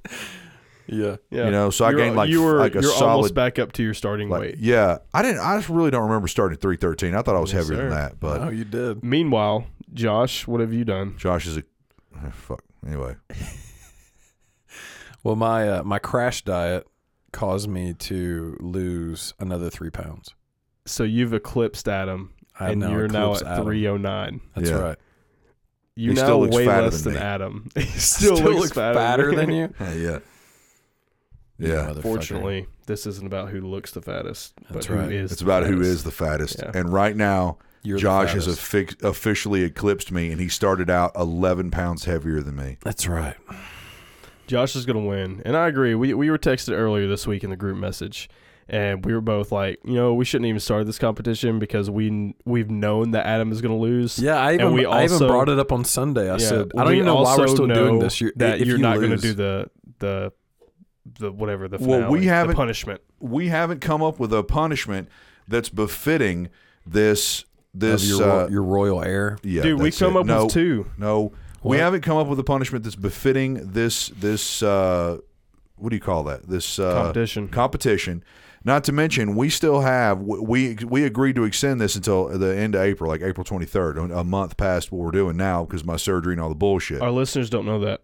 Speaker 3: yeah.
Speaker 2: Yeah.
Speaker 1: You know, so I
Speaker 2: You're-
Speaker 1: gained, like,
Speaker 2: you
Speaker 1: f-
Speaker 2: were
Speaker 1: like a
Speaker 2: you're
Speaker 1: solid-
Speaker 2: almost back up to your starting
Speaker 1: Like,
Speaker 2: weight.
Speaker 1: yeah, I didn't. I just really don't remember starting at 313. I thought I was heavier than
Speaker 2: sir.
Speaker 1: that, but
Speaker 3: Oh, you did.
Speaker 2: Meanwhile, Josh, what have you done?
Speaker 1: Josh is a eh, fuck. Anyway,
Speaker 3: Well, my uh, my crash diet caused me to lose another three pounds.
Speaker 2: So you've eclipsed Adam,
Speaker 3: I
Speaker 2: and
Speaker 3: now
Speaker 2: you're now
Speaker 3: eclipse
Speaker 2: at
Speaker 3: Adam.
Speaker 2: 309.
Speaker 3: That's
Speaker 1: Yeah.
Speaker 3: right.
Speaker 2: You
Speaker 1: He
Speaker 2: now
Speaker 1: still looks
Speaker 2: way
Speaker 1: fatter
Speaker 2: less
Speaker 1: than
Speaker 2: than,
Speaker 1: me.
Speaker 2: Adam. He still, looks, fatter,
Speaker 3: than
Speaker 2: me.
Speaker 3: you.
Speaker 1: yeah,
Speaker 3: You
Speaker 1: yeah.
Speaker 3: motherfucker.
Speaker 2: Fortunately, this isn't about who looks the fattest,
Speaker 3: That's
Speaker 2: but
Speaker 3: right.
Speaker 2: who is.
Speaker 1: It's
Speaker 2: the
Speaker 1: about who
Speaker 2: fattest.
Speaker 1: is the fattest.
Speaker 2: Yeah.
Speaker 1: And right now,
Speaker 3: You're the
Speaker 1: Josh has
Speaker 3: fattest.
Speaker 1: affi- officially eclipsed me, and he started out 11 pounds heavier than me.
Speaker 3: That's right.
Speaker 2: Josh is going to win. And I agree. We, we were texted earlier this week in the group message, and we were both like, you know, we shouldn't even start this competition because we we've known that Adam is going to lose.
Speaker 3: Yeah, I
Speaker 2: And
Speaker 3: even
Speaker 2: we
Speaker 3: I even
Speaker 2: also-
Speaker 3: brought it up on Sunday. I
Speaker 2: Yeah,
Speaker 3: said I don't
Speaker 2: we
Speaker 3: even know why we're
Speaker 2: also
Speaker 3: still doing
Speaker 2: know
Speaker 3: this. You're,
Speaker 2: that
Speaker 3: if
Speaker 2: you're
Speaker 3: you
Speaker 2: not going to
Speaker 3: lose-
Speaker 2: do the the the whatever the
Speaker 1: Well, we
Speaker 2: finale,
Speaker 1: haven't-
Speaker 2: the punishment.
Speaker 1: We haven't come up with a punishment that's befitting this.
Speaker 3: of
Speaker 1: This
Speaker 3: your, ro-
Speaker 1: uh,
Speaker 3: your royal heir.
Speaker 1: yeah,
Speaker 2: Dude, we
Speaker 1: that's
Speaker 2: come
Speaker 1: it.
Speaker 2: up
Speaker 1: No,
Speaker 2: with two.
Speaker 1: No, we
Speaker 3: What?
Speaker 1: haven't come up with a punishment that's befitting this. This uh, what do you call that? This uh,
Speaker 2: Competition.
Speaker 1: competition. Not to mention, we still have we we agreed to extend this until the end of April, like April 23rd, a month past what we're doing now because my surgery and all the bullshit.
Speaker 2: Our listeners don't know that.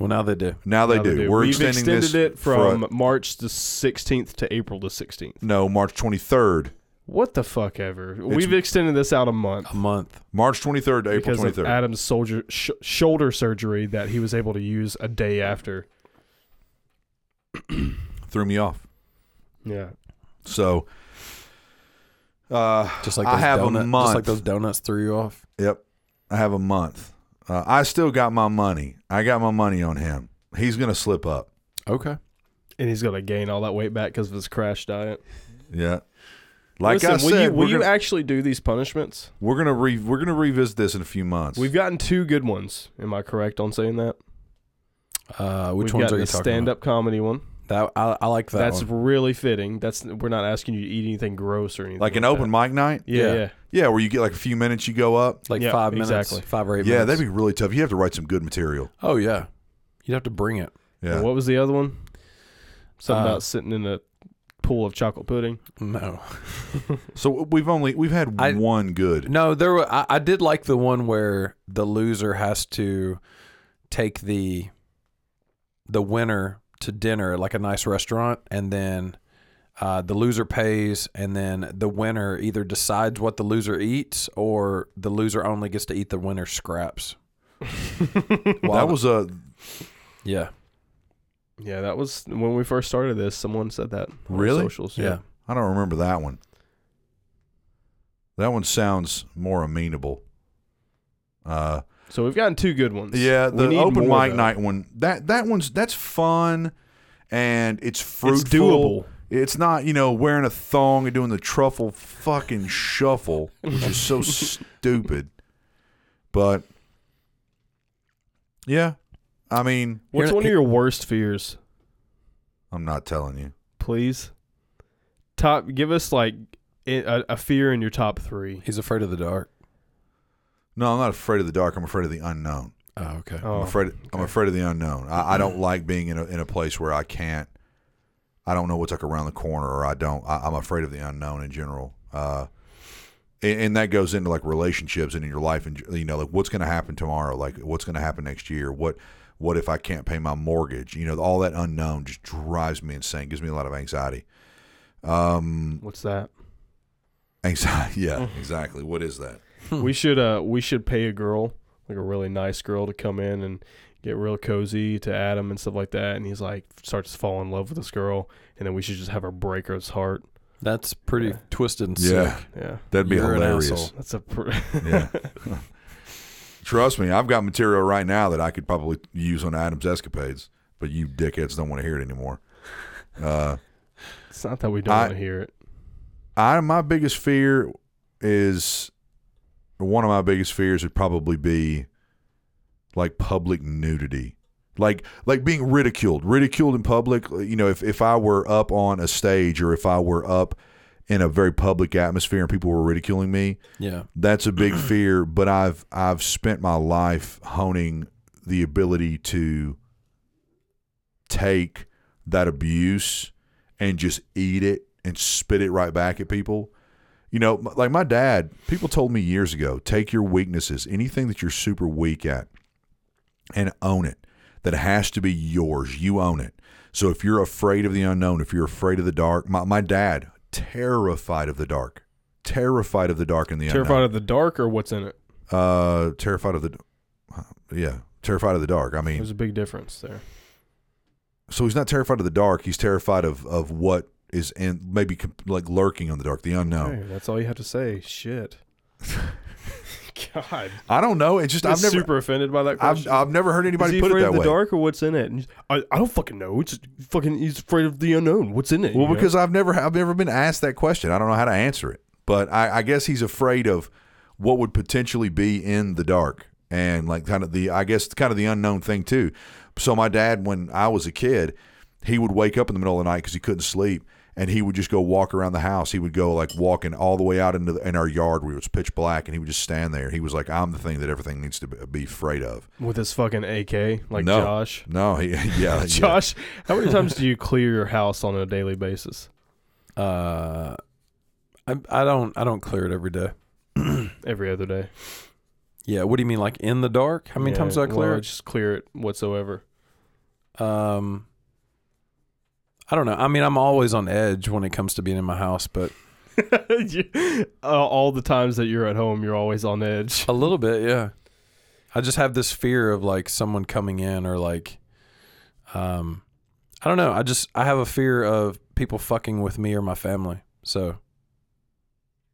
Speaker 3: Well, now Oh, they do.
Speaker 1: now they
Speaker 2: Now
Speaker 1: do. We're
Speaker 2: We've
Speaker 1: extending
Speaker 2: extended
Speaker 1: this
Speaker 2: it from
Speaker 1: for-
Speaker 2: March the 16th to April the 16th.
Speaker 1: no March 23rd,
Speaker 2: What the fuck ever. We've extended this out a month.
Speaker 3: A month.
Speaker 1: March 23rd to April
Speaker 2: because
Speaker 1: 23rd.
Speaker 2: of Adam's soldier sh- shoulder surgery that he was able to use a day after.
Speaker 1: Threw me off.
Speaker 2: Yeah,
Speaker 1: So, uh,
Speaker 3: Just like
Speaker 1: I
Speaker 3: those
Speaker 1: have a
Speaker 3: donut- Just like
Speaker 1: month.
Speaker 3: those donuts threw you off.
Speaker 1: yep, I have a month. Uh, I still got my money. I got my money on him. He's gonna slip up.
Speaker 3: Okay.
Speaker 2: and he's gonna gain all that weight back because of his crash diet.
Speaker 1: Yeah. Like
Speaker 2: Listen,
Speaker 1: I said,
Speaker 2: will you, will
Speaker 1: we're,
Speaker 2: you
Speaker 1: gonna,
Speaker 2: actually do these punishments?
Speaker 1: we're gonna re- we're gonna revisit this in a few months.
Speaker 2: We've gotten two good ones. Am I correct on saying that?
Speaker 3: Uh, which
Speaker 2: We've
Speaker 3: ones
Speaker 2: gotten
Speaker 3: are you
Speaker 2: the
Speaker 3: talking
Speaker 2: stand-up comedy one.
Speaker 3: about? That I, I like that.
Speaker 2: That's
Speaker 3: one.
Speaker 2: really fitting. That's we're not asking you to eat anything gross or anything.
Speaker 1: like an open mic night.
Speaker 2: that. Yeah,
Speaker 3: yeah.
Speaker 2: yeah,
Speaker 1: Yeah, where you get like a few minutes, you go up.
Speaker 3: like
Speaker 2: yeah,
Speaker 3: five minutes,
Speaker 2: exactly.
Speaker 3: five or eight.
Speaker 1: Yeah,
Speaker 3: minutes.
Speaker 1: that'd be really tough. You have to write some good material.
Speaker 3: Oh yeah, you'd have to bring it.
Speaker 1: Yeah.
Speaker 2: What was the other one? Something
Speaker 3: Uh,
Speaker 2: about sitting in a pool of chocolate pudding.
Speaker 3: No,
Speaker 1: So we've only we've had
Speaker 3: I-
Speaker 1: one good.
Speaker 3: no, there. Were, I, I did like the one where the loser has to take the the winner to dinner at like a nice restaurant, and then uh, the loser pays, and then the winner either decides what the loser eats, or the loser only gets to eat the winner's scraps. Well,
Speaker 1: that was a
Speaker 3: yeah,
Speaker 2: Yeah, that was when we first started this. Someone said that. on our
Speaker 1: Really?
Speaker 2: Socials.
Speaker 3: yeah.
Speaker 2: Yeah.
Speaker 1: I don't remember that one. That one sounds more amenable. Uh,
Speaker 2: So we've gotten two good ones.
Speaker 1: yeah,
Speaker 2: We
Speaker 1: the
Speaker 2: need
Speaker 1: open
Speaker 2: more,
Speaker 1: mic
Speaker 2: though.
Speaker 1: night one. That that one's that's fun, and it's fruitful.
Speaker 2: It's doable.
Speaker 1: It's not you know wearing a thong and doing the truffle fucking shuffle, which is so stupid. But yeah, I mean,
Speaker 2: What's
Speaker 3: Here-
Speaker 2: one of your worst fears?
Speaker 1: I'm not telling you.
Speaker 2: please? Top, give us like i- a, a fear in your top three.
Speaker 3: He's afraid of the dark.
Speaker 1: No, I'm not afraid of the dark. I'm afraid of the unknown.
Speaker 3: Oh, okay.
Speaker 1: I'm
Speaker 2: Oh,
Speaker 1: afraid. I'm afraid of the unknown. I, I don't like being in a in a place where I can't. I don't know what's like around the corner, or I don't. I, I'm afraid of the unknown in general. Uh, and, and that goes into like relationships and in your life, and you know, like what's going to happen tomorrow, like what's going to happen next year, what what if I can't pay my mortgage? You know, all that unknown just drives me insane, gives me a lot of anxiety. Um,
Speaker 2: what's that?
Speaker 1: anxiety. Yeah, exactly. What is that?
Speaker 2: we should uh we should pay a girl like a really nice girl to come in and get real cozy to Adam and stuff like that. And he's like starts to fall in love with this girl, and then we should just have her break her heart.
Speaker 3: That's pretty
Speaker 2: Yeah.
Speaker 3: twisted and
Speaker 1: Yeah.
Speaker 3: sick.
Speaker 2: Yeah,
Speaker 1: That'd be
Speaker 3: You're an
Speaker 1: hilarious.
Speaker 3: asshole.
Speaker 2: that's a pr-
Speaker 1: Yeah. Trust me, I've got material right now that I could probably use on Adam's escapades, but you dickheads don't want to hear it anymore. Uh,
Speaker 2: it's not that we don't
Speaker 1: I-
Speaker 2: want to hear it.
Speaker 1: I my biggest fear is one of my biggest fears would probably be like public nudity. Like like being ridiculed, ridiculed in public, you know, if if I were up on a stage or if I were up in a very public atmosphere and people were ridiculing me,
Speaker 3: Yeah.
Speaker 1: that's a big fear but i've i've spent my life honing the ability to take that abuse and just eat it and spit it right back at people you know m- like my dad people told me years ago take your weaknesses anything that you're super weak at and own it that has to be yours you own it so if you're afraid of the unknown if you're afraid of the dark my, my dad terrified of the dark terrified of the dark and the
Speaker 2: Terrified
Speaker 1: unknown
Speaker 2: of the dark or what's in it?
Speaker 1: uh terrified of the yeah terrified of the dark i mean
Speaker 2: There's a big difference there.
Speaker 1: so he's not terrified of the dark he's terrified of of what is in maybe comp- like lurking on the dark the unknown
Speaker 2: Okay, that's all you have to say. Shit. God,
Speaker 1: i don't know it's just
Speaker 2: I'm
Speaker 1: i've never
Speaker 2: super offended by that
Speaker 1: I've,
Speaker 2: question.
Speaker 1: I've never heard
Speaker 2: Is
Speaker 1: anybody
Speaker 2: he
Speaker 1: put it
Speaker 2: afraid
Speaker 1: that
Speaker 2: of the
Speaker 1: way
Speaker 2: dark or what's in it? And he's, I, I don't fucking know. It's fucking. He's afraid of the unknown. What's in it?
Speaker 1: Well,
Speaker 2: you know?
Speaker 1: because I've never I've never been asked that question. I don't know how to answer it. But I, I guess he's afraid of what would potentially be in the dark and like kind of the I guess kind of the unknown thing too. So my dad, when I was a kid, he would wake up in the middle of the night because he couldn't sleep. And he would just go walk around the house. He would go like walking all the way out into the, in our yard where it was pitch black, and he would just stand there. He was like, "I'm the thing that everything needs to be be afraid of."
Speaker 2: with his fucking AK, like
Speaker 1: No.
Speaker 2: Josh.
Speaker 1: No, he, yeah, yeah.
Speaker 2: Josh, how many times do you clear your house on a daily basis?
Speaker 3: Uh, I I don't I don't clear it every day.
Speaker 2: Every other day.
Speaker 3: Yeah. What do you mean, like in the dark? How many
Speaker 2: Yeah,
Speaker 3: times do I clear
Speaker 2: well,
Speaker 3: it?
Speaker 2: Just clear it whatsoever.
Speaker 3: Um, I don't know. I mean, I'm always on edge when it comes to being in my house, but
Speaker 2: You- uh, all the times that you're at home, you're always on edge.
Speaker 3: a little bit, yeah. I just have this fear of like someone coming in or like, um, I don't know. I just I have a fear of people fucking with me or my family. So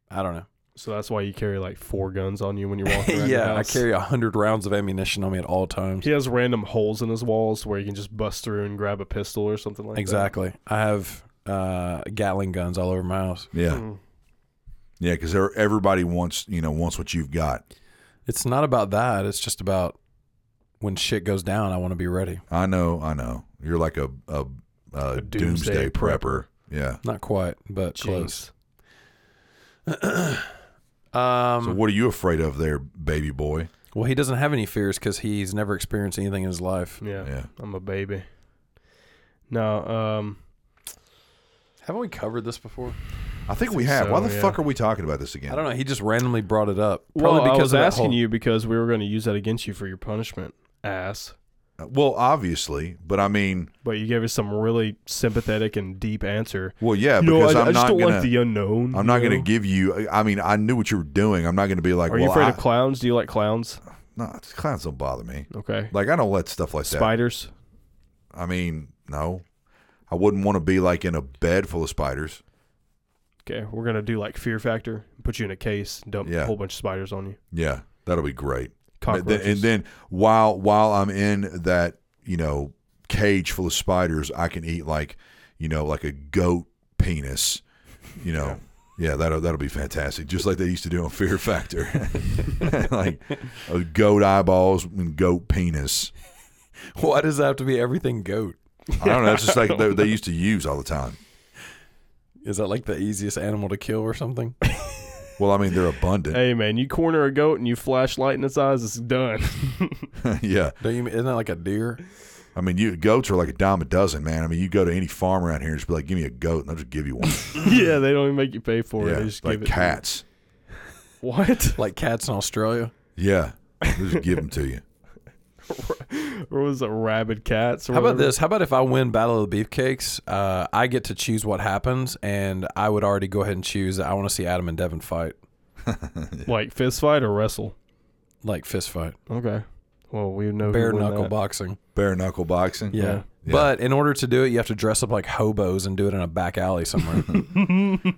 Speaker 3: I don't know.
Speaker 2: So that's why you carry like four guns on you when you're walking around.
Speaker 3: yeah,
Speaker 2: your
Speaker 3: I
Speaker 2: house.
Speaker 3: carry a hundred rounds of ammunition on me at all times.
Speaker 2: He has random holes in his walls where you can just bust through and grab a pistol or something like
Speaker 3: Exactly. I have uh, Gatling guns all over my house.
Speaker 2: that.
Speaker 1: Yeah,
Speaker 2: Mm.
Speaker 1: yeah, because everybody wants you know wants what you've got.
Speaker 3: It's not about that. It's just about when shit goes down, I want to be ready.
Speaker 1: I know, I know. You're like a a, a,
Speaker 2: A
Speaker 1: doomsday,
Speaker 2: doomsday
Speaker 1: prepper. Yeah.
Speaker 3: Not quite, but close.
Speaker 2: Close.
Speaker 3: Um,
Speaker 1: So what are you afraid of there, baby boy?
Speaker 3: well, he doesn't have any fears because he's never experienced anything in his life.
Speaker 2: Yeah,
Speaker 1: Yeah.
Speaker 2: I'm a baby. No, um,
Speaker 3: Haven't we covered this before?
Speaker 1: I think we have. Why
Speaker 2: so,
Speaker 1: the
Speaker 2: yeah.
Speaker 1: fuck are we talking about this again?
Speaker 3: I don't know. He just randomly brought it up.
Speaker 2: well, I was
Speaker 3: of that
Speaker 2: asking
Speaker 3: whole-
Speaker 2: you because we were going to use that against you for your punishment, ass.
Speaker 1: know. Uh, Well, obviously, but I mean,
Speaker 2: But you gave us some really sympathetic and deep answer.
Speaker 1: well, yeah,
Speaker 2: you know,
Speaker 1: because
Speaker 2: I,
Speaker 1: am
Speaker 2: I just
Speaker 1: not
Speaker 2: don't
Speaker 1: gonna
Speaker 2: like the unknown.
Speaker 1: I'm not
Speaker 2: you know?
Speaker 1: gonna give you. I mean, I knew what you were doing. I'm not gonna be like,
Speaker 2: Are
Speaker 1: well,
Speaker 2: you afraid
Speaker 1: I,
Speaker 2: of clowns? Do you like clowns?
Speaker 1: no, clowns don't bother me.
Speaker 2: Okay.
Speaker 1: Like I don't let stuff like that.
Speaker 2: Spiders.
Speaker 1: I mean, no, I wouldn't want to be like in a bed full of spiders.
Speaker 2: Okay, we're gonna do like Fear Factor. Put you in a case, dump
Speaker 1: Yeah.
Speaker 2: a whole bunch of spiders on you.
Speaker 1: Yeah, that'll be great. And
Speaker 2: Cockroaches.
Speaker 1: then, and then while while I'm in that you know cage full of spiders, I can eat like you know like a goat penis. You know, yeah, that'll that'll be fantastic. Just like they used to do on Fear Factor, like uh, goat eyeballs and goat penis.
Speaker 3: Why does that have to be everything goat?
Speaker 1: I don't know. That's just like they, they used to use all the time.
Speaker 3: Is that like the easiest animal to kill or something?
Speaker 1: Well, I mean they're abundant.
Speaker 2: hey man, you corner a goat and you flash light in its eyes, it's done.
Speaker 1: yeah,
Speaker 3: Don't you? Isn't that like a deer?
Speaker 1: I mean you goats are like a dime a dozen, man. I mean you go to any farm around here and just be like, give me a goat, and they'll just give you one.
Speaker 2: yeah, they don't even make you pay for it. They
Speaker 1: Mm-hmm. yeah,
Speaker 2: just
Speaker 1: like
Speaker 2: give it. to you.
Speaker 1: cats.
Speaker 2: What?
Speaker 3: Like cats in Australia?
Speaker 1: Yeah, they'll just give them to you.
Speaker 2: or was it rabid cats? Or
Speaker 3: How about
Speaker 2: whatever?
Speaker 3: this? How about if I win Battle of the Beefcakes, uh, I get to choose what happens, and I would already go ahead and choose that I want to see Adam and Devin fight,
Speaker 2: Like fist fight or wrestle?
Speaker 3: like fist fight,
Speaker 2: Okay. Well, we know who
Speaker 3: bare
Speaker 2: won
Speaker 3: knuckle
Speaker 2: that.
Speaker 3: boxing.
Speaker 1: Bare knuckle boxing.
Speaker 3: Yeah.
Speaker 2: Yeah.
Speaker 1: Yeah.
Speaker 3: But in order to do it, you have to dress up like hobos and do it in a back alley somewhere.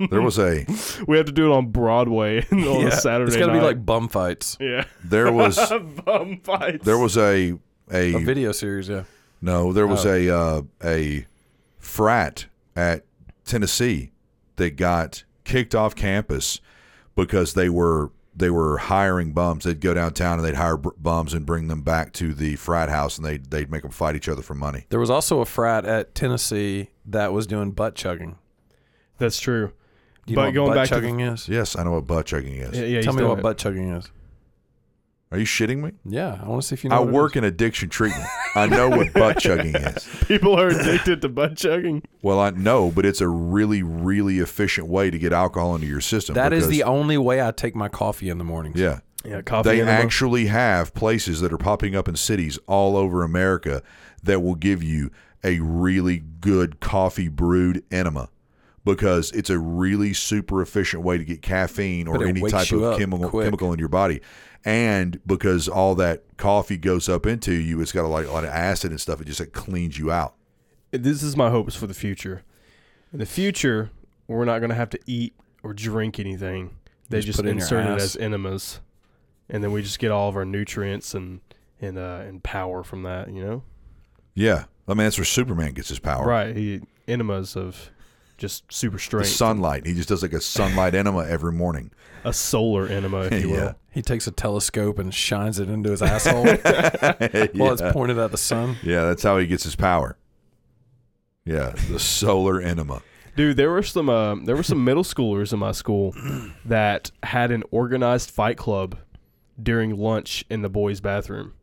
Speaker 1: There was a
Speaker 2: We have to do it on Broadway on
Speaker 3: Yeah.
Speaker 2: a Saturday.
Speaker 3: It's gotta
Speaker 2: night.
Speaker 3: be like bum fights.
Speaker 2: yeah,
Speaker 1: there was
Speaker 2: bum fights.
Speaker 1: there was a a,
Speaker 3: A Oh. video series, yeah.
Speaker 1: no there was a uh, a frat at Tennessee that got kicked off campus because they were they were hiring bums. They'd go downtown and they'd hire br- bums and bring them back to the frat house and they would they'd make them fight each other for money.
Speaker 3: There was also a frat at Tennessee that was doing butt chugging.
Speaker 2: That's true.
Speaker 3: Do you
Speaker 2: But
Speaker 3: know what
Speaker 2: going
Speaker 3: butt
Speaker 2: back to the-
Speaker 3: chugging is?
Speaker 1: Yes, I know what butt chugging is.
Speaker 2: Yeah, yeah
Speaker 3: Tell
Speaker 2: he's
Speaker 3: me
Speaker 2: done
Speaker 3: what
Speaker 2: it.
Speaker 3: butt chugging is.
Speaker 1: Are you shitting me?
Speaker 3: Yeah, I want to see if you know.
Speaker 1: I
Speaker 3: what it
Speaker 1: work
Speaker 3: is.
Speaker 1: in addiction treatment. I know what butt chugging is.
Speaker 2: People are addicted to butt chugging.
Speaker 1: Well, I know, but it's a really, really efficient way to get alcohol into your system.
Speaker 3: That is
Speaker 1: because-
Speaker 3: the only way I take my coffee in the morning.
Speaker 1: yeah.
Speaker 2: Yeah, coffee.
Speaker 1: They
Speaker 2: and a-
Speaker 1: actually have places that are popping up in cities all over America that will give you a really good coffee brewed enema because it's a really super efficient way to get caffeine or
Speaker 3: But it
Speaker 1: any
Speaker 3: wakes
Speaker 1: type
Speaker 3: you
Speaker 1: of
Speaker 3: up
Speaker 1: chemical
Speaker 3: quick.
Speaker 1: chemical in your body. And because all that coffee goes up into you, it's got a lot, a lot of acid and stuff. It just like, cleans you out.
Speaker 2: this is my hopes for the future. In the future, we're not going to have to eat or drink anything. They
Speaker 3: Just
Speaker 2: just,
Speaker 3: put it in your
Speaker 2: insert it
Speaker 3: ass.
Speaker 2: as enemas, and then we just get all of our nutrients and and uh, and power from that. You know,
Speaker 1: Yeah. I mean, that's where Superman gets his power.
Speaker 2: right? He, enemas of just super
Speaker 1: The
Speaker 2: strength,
Speaker 1: sunlight. He just does like a sunlight enema every morning.
Speaker 2: a solar enema, if you
Speaker 1: Yeah.
Speaker 2: will.
Speaker 3: He takes a telescope and shines it into his asshole while it's
Speaker 1: yeah.
Speaker 3: pointed at the sun.
Speaker 1: Yeah, that's how he gets his power. Yeah, the solar enema.
Speaker 2: Dude, there were some uh, there were some middle schoolers in my school that had an organized fight club during lunch in the boys' bathroom.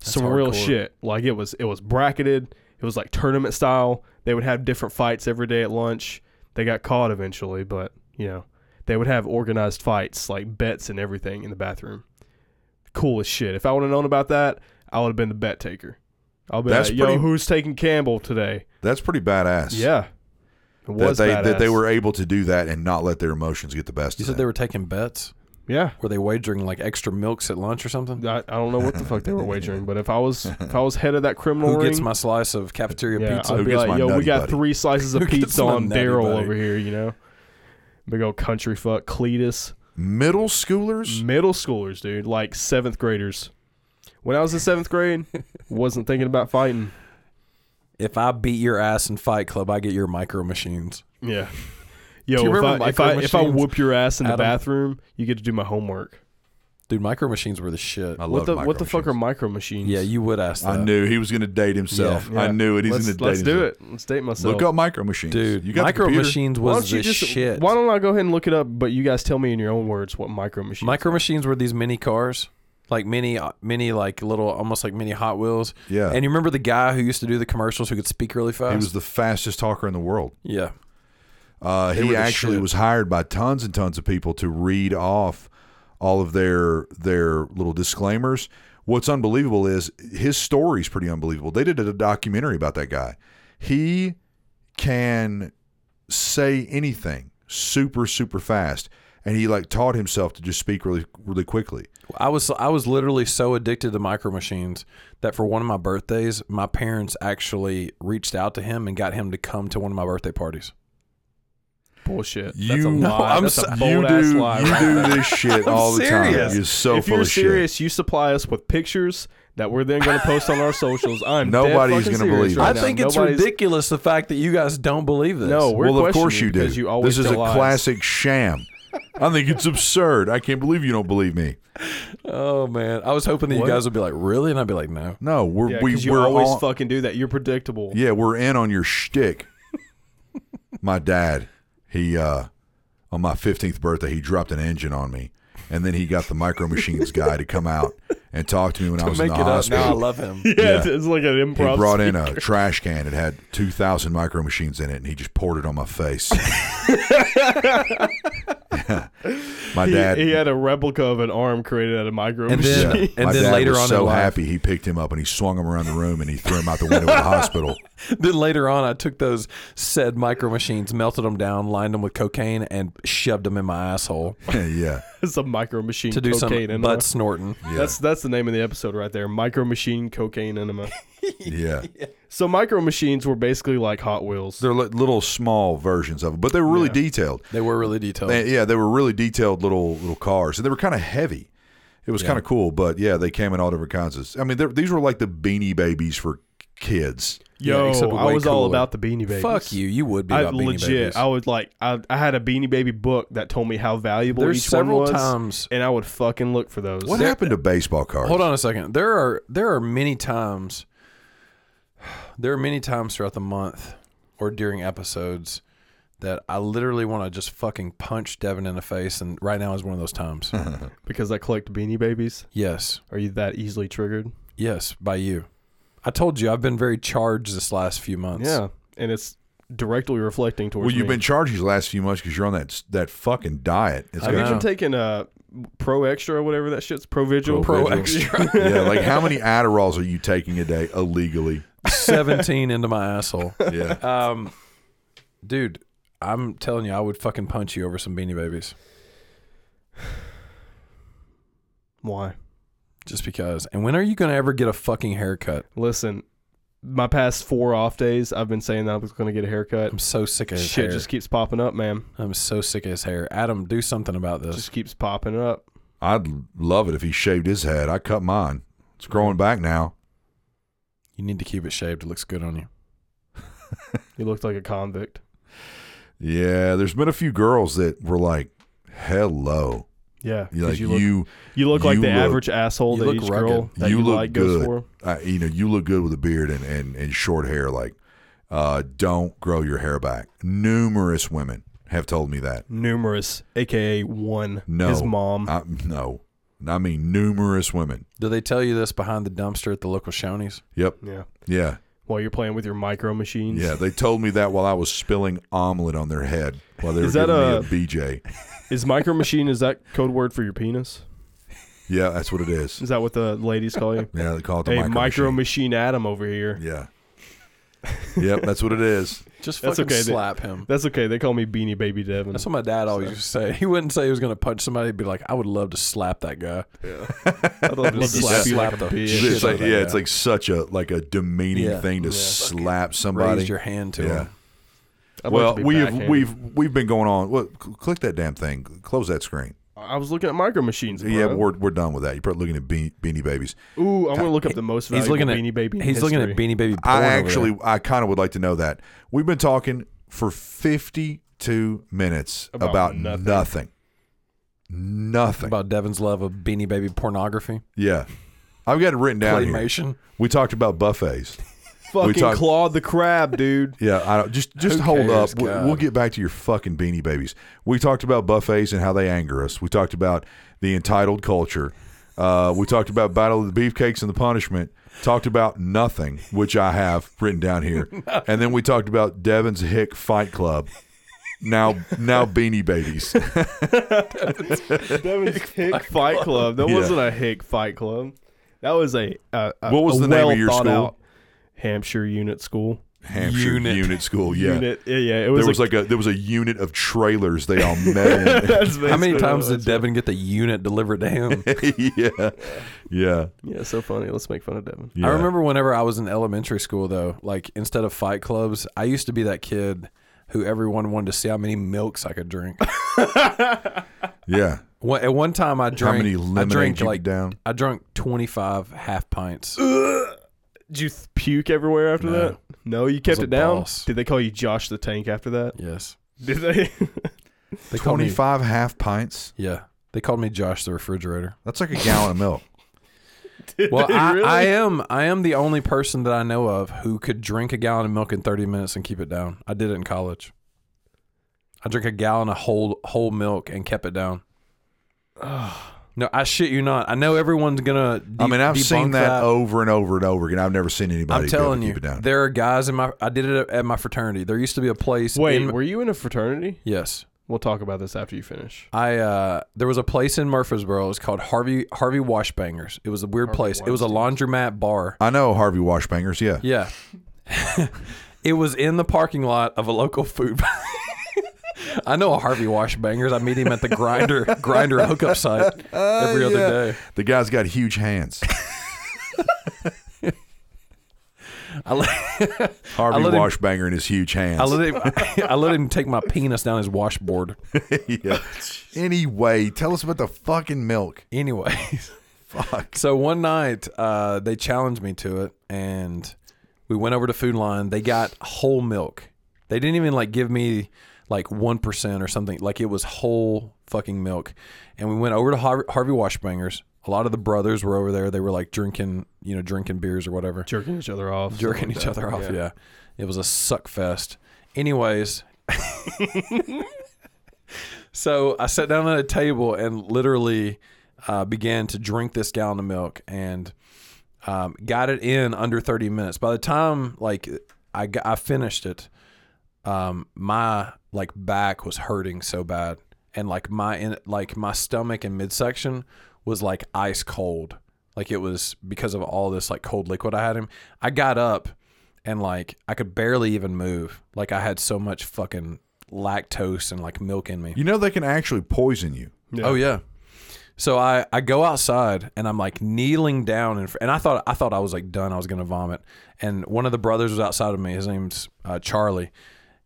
Speaker 3: That's
Speaker 2: some real
Speaker 3: hardcore.
Speaker 2: shit. Like it was it was bracketed. It was like tournament style. They would have different fights every day at lunch. They got caught eventually, but you know they would have organized fights like bets and everything in the bathroom. Cool as shit. If I would have known about that, I would have been the bet taker. I'll be
Speaker 1: That's
Speaker 2: like, yo,
Speaker 1: pretty-
Speaker 2: who's taking Campbell today?
Speaker 1: That's pretty badass.
Speaker 2: Yeah. It
Speaker 1: that
Speaker 2: was
Speaker 1: they that they
Speaker 2: badass.
Speaker 1: were able to do that and not let their emotions get the best.
Speaker 3: You
Speaker 1: of
Speaker 3: said they
Speaker 1: them.
Speaker 3: were taking bets?
Speaker 2: Yeah.
Speaker 3: Were they wagering like extra milks at lunch or something?
Speaker 2: I, I don't know what the fuck they were wagering, but if I was if I was head of that criminal
Speaker 3: Who
Speaker 2: ring,
Speaker 3: gets my slice of cafeteria
Speaker 2: yeah,
Speaker 3: pizza?
Speaker 1: Who
Speaker 2: I'd be
Speaker 1: gets my
Speaker 2: like, yo, we
Speaker 1: nutty
Speaker 2: got
Speaker 1: buddy?"
Speaker 2: three slices
Speaker 3: Who
Speaker 2: of
Speaker 3: gets
Speaker 2: pizza
Speaker 3: my
Speaker 2: on
Speaker 3: nutty
Speaker 2: Daryl
Speaker 3: buddy?
Speaker 2: over here, you know, big old country fuck Cletus.
Speaker 1: Middle schoolers?
Speaker 2: Middle schoolers, dude, like seventh graders. When I was in seventh grade, wasn't thinking about fighting.
Speaker 3: If I beat your ass in Fight Club, I get your micro machines.
Speaker 2: Yeah. Yo,
Speaker 3: Do you
Speaker 2: if
Speaker 3: remember
Speaker 2: I, if I
Speaker 3: Micro
Speaker 2: if I
Speaker 3: Machines?
Speaker 2: whoop your ass in the
Speaker 3: Adam?
Speaker 2: bathroom, you get to do my homework.
Speaker 3: Dude, micro machines were the shit.
Speaker 1: I love
Speaker 2: What the what the fuck are
Speaker 1: micro machines.
Speaker 2: micro machines?
Speaker 3: Yeah, you would ask that.
Speaker 1: I knew he was going to date himself.
Speaker 2: Yeah.
Speaker 1: I knew it. He's going
Speaker 2: let's
Speaker 1: to date
Speaker 2: let's do
Speaker 1: himself.
Speaker 2: it. Let's date myself.
Speaker 1: Look up micro machines,
Speaker 3: Dude,
Speaker 1: You got the
Speaker 3: micro
Speaker 1: computer?
Speaker 3: machines
Speaker 2: Why
Speaker 3: was
Speaker 2: don't you
Speaker 3: the
Speaker 2: just
Speaker 3: shit.
Speaker 2: Why don't I go ahead and look it up? But you guys tell me in your own words what micro machines.
Speaker 3: Micro machines were these mini cars, like mini, mini, like little, almost like mini Hot Wheels.
Speaker 1: Yeah.
Speaker 3: And you remember the guy who used to do the commercials who could speak really fast?
Speaker 1: He was the fastest talker in the world.
Speaker 3: yeah.
Speaker 1: Uh,
Speaker 3: were
Speaker 1: he
Speaker 3: the
Speaker 1: actually
Speaker 3: shit.
Speaker 1: was hired by tons and tons of people to read off all of their their little disclaimers. What's unbelievable is his story's pretty unbelievable. They did a documentary about that guy. He can say anything super super fast, and he like taught himself to just speak really really quickly.
Speaker 3: I was I was literally so addicted to micro machines that for one of my birthdays, my parents actually reached out to him and got him to come to one of my birthday parties.
Speaker 2: bullshit. That's
Speaker 1: You-
Speaker 2: a
Speaker 1: No,
Speaker 2: lie.
Speaker 3: I'm
Speaker 2: That's
Speaker 3: so-
Speaker 2: a
Speaker 1: you
Speaker 2: bold ass
Speaker 1: do
Speaker 2: lie.
Speaker 1: you
Speaker 2: right
Speaker 1: do
Speaker 2: there.
Speaker 1: this shit all the
Speaker 3: serious.
Speaker 1: time. You're so
Speaker 2: if
Speaker 1: full
Speaker 2: you're
Speaker 1: of shit.
Speaker 2: serious, you supply us with pictures that we're then going to post on our socials. I'm dead
Speaker 1: Nobody's
Speaker 2: fucking
Speaker 1: gonna
Speaker 2: serious
Speaker 1: believe it.
Speaker 2: right
Speaker 3: I
Speaker 2: now.
Speaker 3: think it's
Speaker 2: Nobody's-
Speaker 3: ridiculous the fact that you guys don't believe this.
Speaker 2: No, we're
Speaker 1: well, of course
Speaker 2: questioning
Speaker 1: you do.
Speaker 2: because You always
Speaker 1: this is
Speaker 2: tell
Speaker 1: a
Speaker 2: lies.
Speaker 1: classic sham. I think it's absurd. I can't believe you don't believe me.
Speaker 3: Oh man, I was hoping that
Speaker 2: What?
Speaker 3: you guys would be like, really, and I'd be like, no.
Speaker 1: No, we're
Speaker 2: Yeah,
Speaker 1: we
Speaker 2: 'cause you
Speaker 1: we're
Speaker 2: always
Speaker 1: on,
Speaker 2: fucking do that. You're predictable.
Speaker 1: yeah we're in on your shtick. my dad, he uh, on my fifteenth birthday, he dropped an engine on me, and then he got the micro machines guy to come out and talk to me when I was in
Speaker 3: Make
Speaker 1: the
Speaker 3: it up.
Speaker 1: hospital.
Speaker 3: Now I love him.
Speaker 2: Yeah,
Speaker 1: Yeah.
Speaker 2: it's- it's like an
Speaker 1: He
Speaker 2: improv.
Speaker 1: brought in a trash can. It had 2,000 micro machines in it, and he just poured it on my face. Yeah. My
Speaker 2: He,
Speaker 1: dad.
Speaker 2: he had a replica of an arm created out of micro
Speaker 3: And then-
Speaker 2: machine.
Speaker 1: yeah.
Speaker 3: and
Speaker 1: my
Speaker 3: then
Speaker 1: dad
Speaker 3: later
Speaker 1: was
Speaker 3: on in
Speaker 1: so
Speaker 3: life-
Speaker 1: happy he picked him up and he swung him around the room and he threw him out the window of the hospital.
Speaker 3: then later on, I took those said micro machines, melted them down, lined them with cocaine, and shoved them in my asshole
Speaker 1: yeah,
Speaker 2: it's a micro machine
Speaker 3: to do
Speaker 2: cocaine
Speaker 3: some
Speaker 2: enema.
Speaker 3: butt snorting.
Speaker 2: That's that's the name of the episode right there. Micro machine cocaine enema.
Speaker 1: yeah.
Speaker 2: so micro machines were basically like Hot Wheels.
Speaker 1: They're li- little small versions of it, but they were really detailed.
Speaker 3: They were really detailed.
Speaker 1: They- yeah, they were really detailed little little cars, and they were kind of heavy. It was kind of cool, but yeah, they came in all different kinds of. I mean, they're- these were like the Beanie Babies for kids.
Speaker 2: Yo,
Speaker 3: except
Speaker 2: I
Speaker 3: way
Speaker 2: was all
Speaker 3: cooler.
Speaker 2: about the Beanie Babies.
Speaker 3: Fuck you. You would be
Speaker 2: I
Speaker 3: about Beanie
Speaker 2: legit.
Speaker 3: Babies.
Speaker 2: I would like. I, I had a Beanie Baby book that told me how valuable
Speaker 3: There's
Speaker 2: each
Speaker 3: several
Speaker 2: one was,
Speaker 3: times.
Speaker 2: and I would fucking look for those.
Speaker 1: What happened to baseball cards?
Speaker 3: Hold on a second. There are there are many times. There are many times throughout the month or during episodes that I literally want to just fucking punch Devin in the face, and right now is one of those times.
Speaker 2: Mm-hmm. Because I collect Beanie Babies.
Speaker 3: yes,
Speaker 2: Are you that easily triggered?
Speaker 3: yes, by you. I told you I've been very charged this last few months.
Speaker 2: Yeah, and it's directly reflecting towards.
Speaker 1: Well, you've
Speaker 2: me.
Speaker 1: been charging the last few months because you're on that that fucking diet. It's
Speaker 3: I
Speaker 2: Have you
Speaker 1: got-
Speaker 3: know.
Speaker 2: been taking uh, Pro Extra or whatever that shit's Pro Vigil?
Speaker 3: Pro
Speaker 1: Vigil.
Speaker 3: extra
Speaker 1: yeah, like how many Adderalls are you taking a day illegally?
Speaker 3: seventeen into my asshole.
Speaker 1: Yeah,
Speaker 3: Um, dude, I'm telling you, I would fucking punch you over some Beanie Babies
Speaker 2: Why?
Speaker 3: just because. And when are you gonna ever get a fucking haircut?
Speaker 2: Listen, my past four off days, I've been saying that I was going to get a haircut.
Speaker 3: I'm so sick of his
Speaker 2: Shit
Speaker 3: hair.
Speaker 2: just keeps popping up, man.
Speaker 3: I'm so sick of his hair. Adam, do something about this.
Speaker 2: Just keeps popping up.
Speaker 1: I'd love it if he shaved his head. I cut mine. It's growing back now.
Speaker 3: you need to keep it shaved. It looks good on you.
Speaker 2: You looked like a convict.
Speaker 1: Yeah, there's been a few girls that were like, "Hello,"
Speaker 2: Yeah, 'cause
Speaker 1: You're like
Speaker 2: you
Speaker 1: you,
Speaker 2: look, you, look like
Speaker 1: you
Speaker 2: the
Speaker 1: look-
Speaker 2: average asshole
Speaker 3: you
Speaker 2: that
Speaker 3: look
Speaker 2: each
Speaker 3: rugged.
Speaker 2: girl that
Speaker 1: You
Speaker 2: you,
Speaker 1: look
Speaker 2: like goes
Speaker 1: good.
Speaker 2: for.
Speaker 1: I, you know, you look good with a beard and and, and short hair. Like, uh, don't grow your hair back. Numerous women have told me that.
Speaker 2: Numerous, aka one.
Speaker 1: No,
Speaker 2: his mom.
Speaker 1: I, no, I mean numerous women.
Speaker 3: Do they tell you this behind the dumpster at the local Shoney's?
Speaker 1: Yep.
Speaker 2: yeah,
Speaker 1: Yeah.
Speaker 2: while you're playing with your micro machines.
Speaker 1: Yeah, they told me that while I was spilling omelet on their head while they were
Speaker 2: Is
Speaker 1: giving
Speaker 2: that
Speaker 1: me a BJ.
Speaker 2: Is micro machine is that code word for your penis?
Speaker 1: Yeah, that's what it is.
Speaker 2: Is that what the ladies call you?
Speaker 1: Yeah, they call it the
Speaker 2: hey,
Speaker 1: micro,
Speaker 2: micro
Speaker 1: machine.
Speaker 2: machine. Adam over here.
Speaker 1: Yeah. yep, that's what it is.
Speaker 3: Just
Speaker 2: That's
Speaker 3: fucking
Speaker 2: okay, they-
Speaker 3: slap him.
Speaker 2: That's okay. They call me Beanie Baby Devin.
Speaker 3: That's what my dad always used to say. He wouldn't say he was going to punch somebody. He'd be like, I would love to slap that guy.
Speaker 2: I'd love to
Speaker 3: Just
Speaker 2: slap you
Speaker 3: slap
Speaker 2: like a
Speaker 3: the
Speaker 2: bitch.
Speaker 3: shit
Speaker 1: it's like,
Speaker 3: out of
Speaker 1: yeah,
Speaker 3: that
Speaker 1: it's
Speaker 3: guy.
Speaker 1: like such a like a demeaning
Speaker 3: Yeah.
Speaker 1: thing to slap somebody.
Speaker 3: Raised your hand to
Speaker 1: Yeah.
Speaker 3: him.
Speaker 2: I'd like
Speaker 1: Well,
Speaker 2: to be
Speaker 1: we have
Speaker 2: backhanded.
Speaker 1: we've we've been going on. Well, cl- click that damn thing. Close that screen.
Speaker 2: I I was looking at micro machines.
Speaker 1: Yeah,
Speaker 2: bro.
Speaker 1: we're, we're done with that. You're probably looking at be- Beanie Babies.
Speaker 2: Ooh, I'm gonna look up the most
Speaker 3: He's
Speaker 2: valuable
Speaker 3: looking at
Speaker 2: Beanie Baby. in
Speaker 3: He's looking at
Speaker 2: history.
Speaker 3: Beanie Baby. Porn
Speaker 1: I
Speaker 3: over there.
Speaker 1: actually, I kind of would like to know that. We've been talking for 52 minutes
Speaker 2: About
Speaker 1: about,
Speaker 2: nothing.
Speaker 1: nothing. Nothing.
Speaker 3: about Devin's love of Beanie Baby pornography,
Speaker 1: yeah. I've got it written down here.
Speaker 3: claymation.
Speaker 1: We talked about buffets. We
Speaker 2: fucking
Speaker 1: talk-
Speaker 2: Claude the Crab, dude.
Speaker 1: Yeah, I don't, just just
Speaker 3: Who
Speaker 1: hold
Speaker 3: cares,
Speaker 1: up. We,
Speaker 3: God?
Speaker 1: we'll get back to your fucking beanie babies. We talked about buffets and how they anger us. We talked about the entitled culture. Uh, we talked about Battle of the Beefcakes and the Punishment. Talked about nothing, which I have written down here. and then we talked about Devin's Hick Fight Club. Now, now Beanie Babies.
Speaker 2: That was Hick Fight Club. That
Speaker 1: Yeah.
Speaker 2: wasn't a Hick Fight Club. That was a, a, a
Speaker 1: What was
Speaker 2: a
Speaker 1: the name of
Speaker 2: well
Speaker 1: your
Speaker 2: thought
Speaker 1: school?
Speaker 2: out Hampshire Unit School.
Speaker 1: Hampshire
Speaker 3: Unit.
Speaker 1: unit, school. Yeah,
Speaker 2: Unit. Yeah, yeah. It was,
Speaker 1: there was like a there was a unit of trailers they all met in.
Speaker 2: that's
Speaker 3: How many
Speaker 2: basically
Speaker 3: times
Speaker 2: what it
Speaker 3: did Devin get the unit delivered to him?
Speaker 1: yeah, yeah,
Speaker 2: was. Yeah, so funny. Let's make fun of Devin.
Speaker 1: yeah.
Speaker 3: I remember whenever I was in elementary school, though, like instead of fight clubs, I used to be that kid who everyone wanted to see how many milks I could drink.
Speaker 1: Yeah,
Speaker 3: One- At one time, I drank.
Speaker 1: many
Speaker 3: I
Speaker 1: lemonades
Speaker 3: drank
Speaker 1: you
Speaker 3: like
Speaker 1: could down?
Speaker 3: I drank twenty five half pints.
Speaker 2: Did you th- puke everywhere after
Speaker 3: No.
Speaker 2: that? No, you kept
Speaker 3: a
Speaker 2: it down.
Speaker 3: boss.
Speaker 2: Did they call you Josh the Tank after that?
Speaker 3: Yes,
Speaker 2: Did they?
Speaker 3: they called
Speaker 1: twenty
Speaker 3: me.
Speaker 1: five half pints.
Speaker 3: Yeah, they called me Josh the refrigerator.
Speaker 1: That's like a gallon of milk.
Speaker 2: Did
Speaker 3: Well,
Speaker 2: they
Speaker 3: I,
Speaker 2: really?
Speaker 3: I am I am the only person that I know of who could drink a gallon of milk in 30 minutes and keep it down. I did it in college. I drank a gallon of whole whole milk and kept it down. no, I shit you not. I know everyone's gonna. de-
Speaker 1: I mean, I've
Speaker 3: debunk
Speaker 1: seen that,
Speaker 3: that.
Speaker 1: over and over and over again. I've never seen anybody.
Speaker 3: I'm telling
Speaker 1: be
Speaker 3: you,
Speaker 1: able to keep it down.
Speaker 3: there are guys in my. I did it at my fraternity. There used to be a place.
Speaker 2: Wait,
Speaker 3: in-
Speaker 2: were you in a fraternity?
Speaker 3: yes,
Speaker 2: We'll talk about this after you finish.
Speaker 3: I uh, there was a place in Murfreesboro. It was called Harvey Harvey Washbangers. It was a weird place. It was a laundromat bar.
Speaker 1: I know Harvey Washbangers. Yeah,
Speaker 3: Yeah. it was in the parking lot of a local food. I know a Harvey Washbangers. I meet him at the grinder grinder hookup site every other day.
Speaker 1: the guy's got huge hands.
Speaker 3: I let,
Speaker 1: Harvey
Speaker 3: let him-
Speaker 1: Washbanger and his huge hands.
Speaker 3: I let him I let him take my penis down his washboard.
Speaker 1: Yeah. Anyway, tell us about the fucking milk.
Speaker 3: Anyways,
Speaker 1: Fuck.
Speaker 3: so one night uh, they challenged me to it, and we went over to Food Line. They got whole milk. They didn't even like give me like one percent or something. Like it was whole fucking milk. And we went over to Har- Harvey Washbangers. A lot of the brothers were over there. They were like drinking, you know, drinking beers or whatever
Speaker 2: Jerking each other off.
Speaker 3: jerking each other off. Yeah. it was a suck fest. Anyways, so I sat down at a table and literally uh, began to drink this gallon of milk and um, got it in under 30 minutes. By the time like I got, I finished it, um, my like back was hurting so bad, and like my in, like my stomach and midsection was like ice cold. Like it was because of all this like cold liquid I had him. I got up and like I could barely even move. Like I had so much fucking lactose and like milk in me.
Speaker 1: You know they can actually poison you.
Speaker 2: Yeah.
Speaker 3: Oh yeah. So I, I go outside and I'm like kneeling down in fr- and I thought I thought I was like done I was gonna vomit and one of the brothers was outside of me his name's uh, Charlie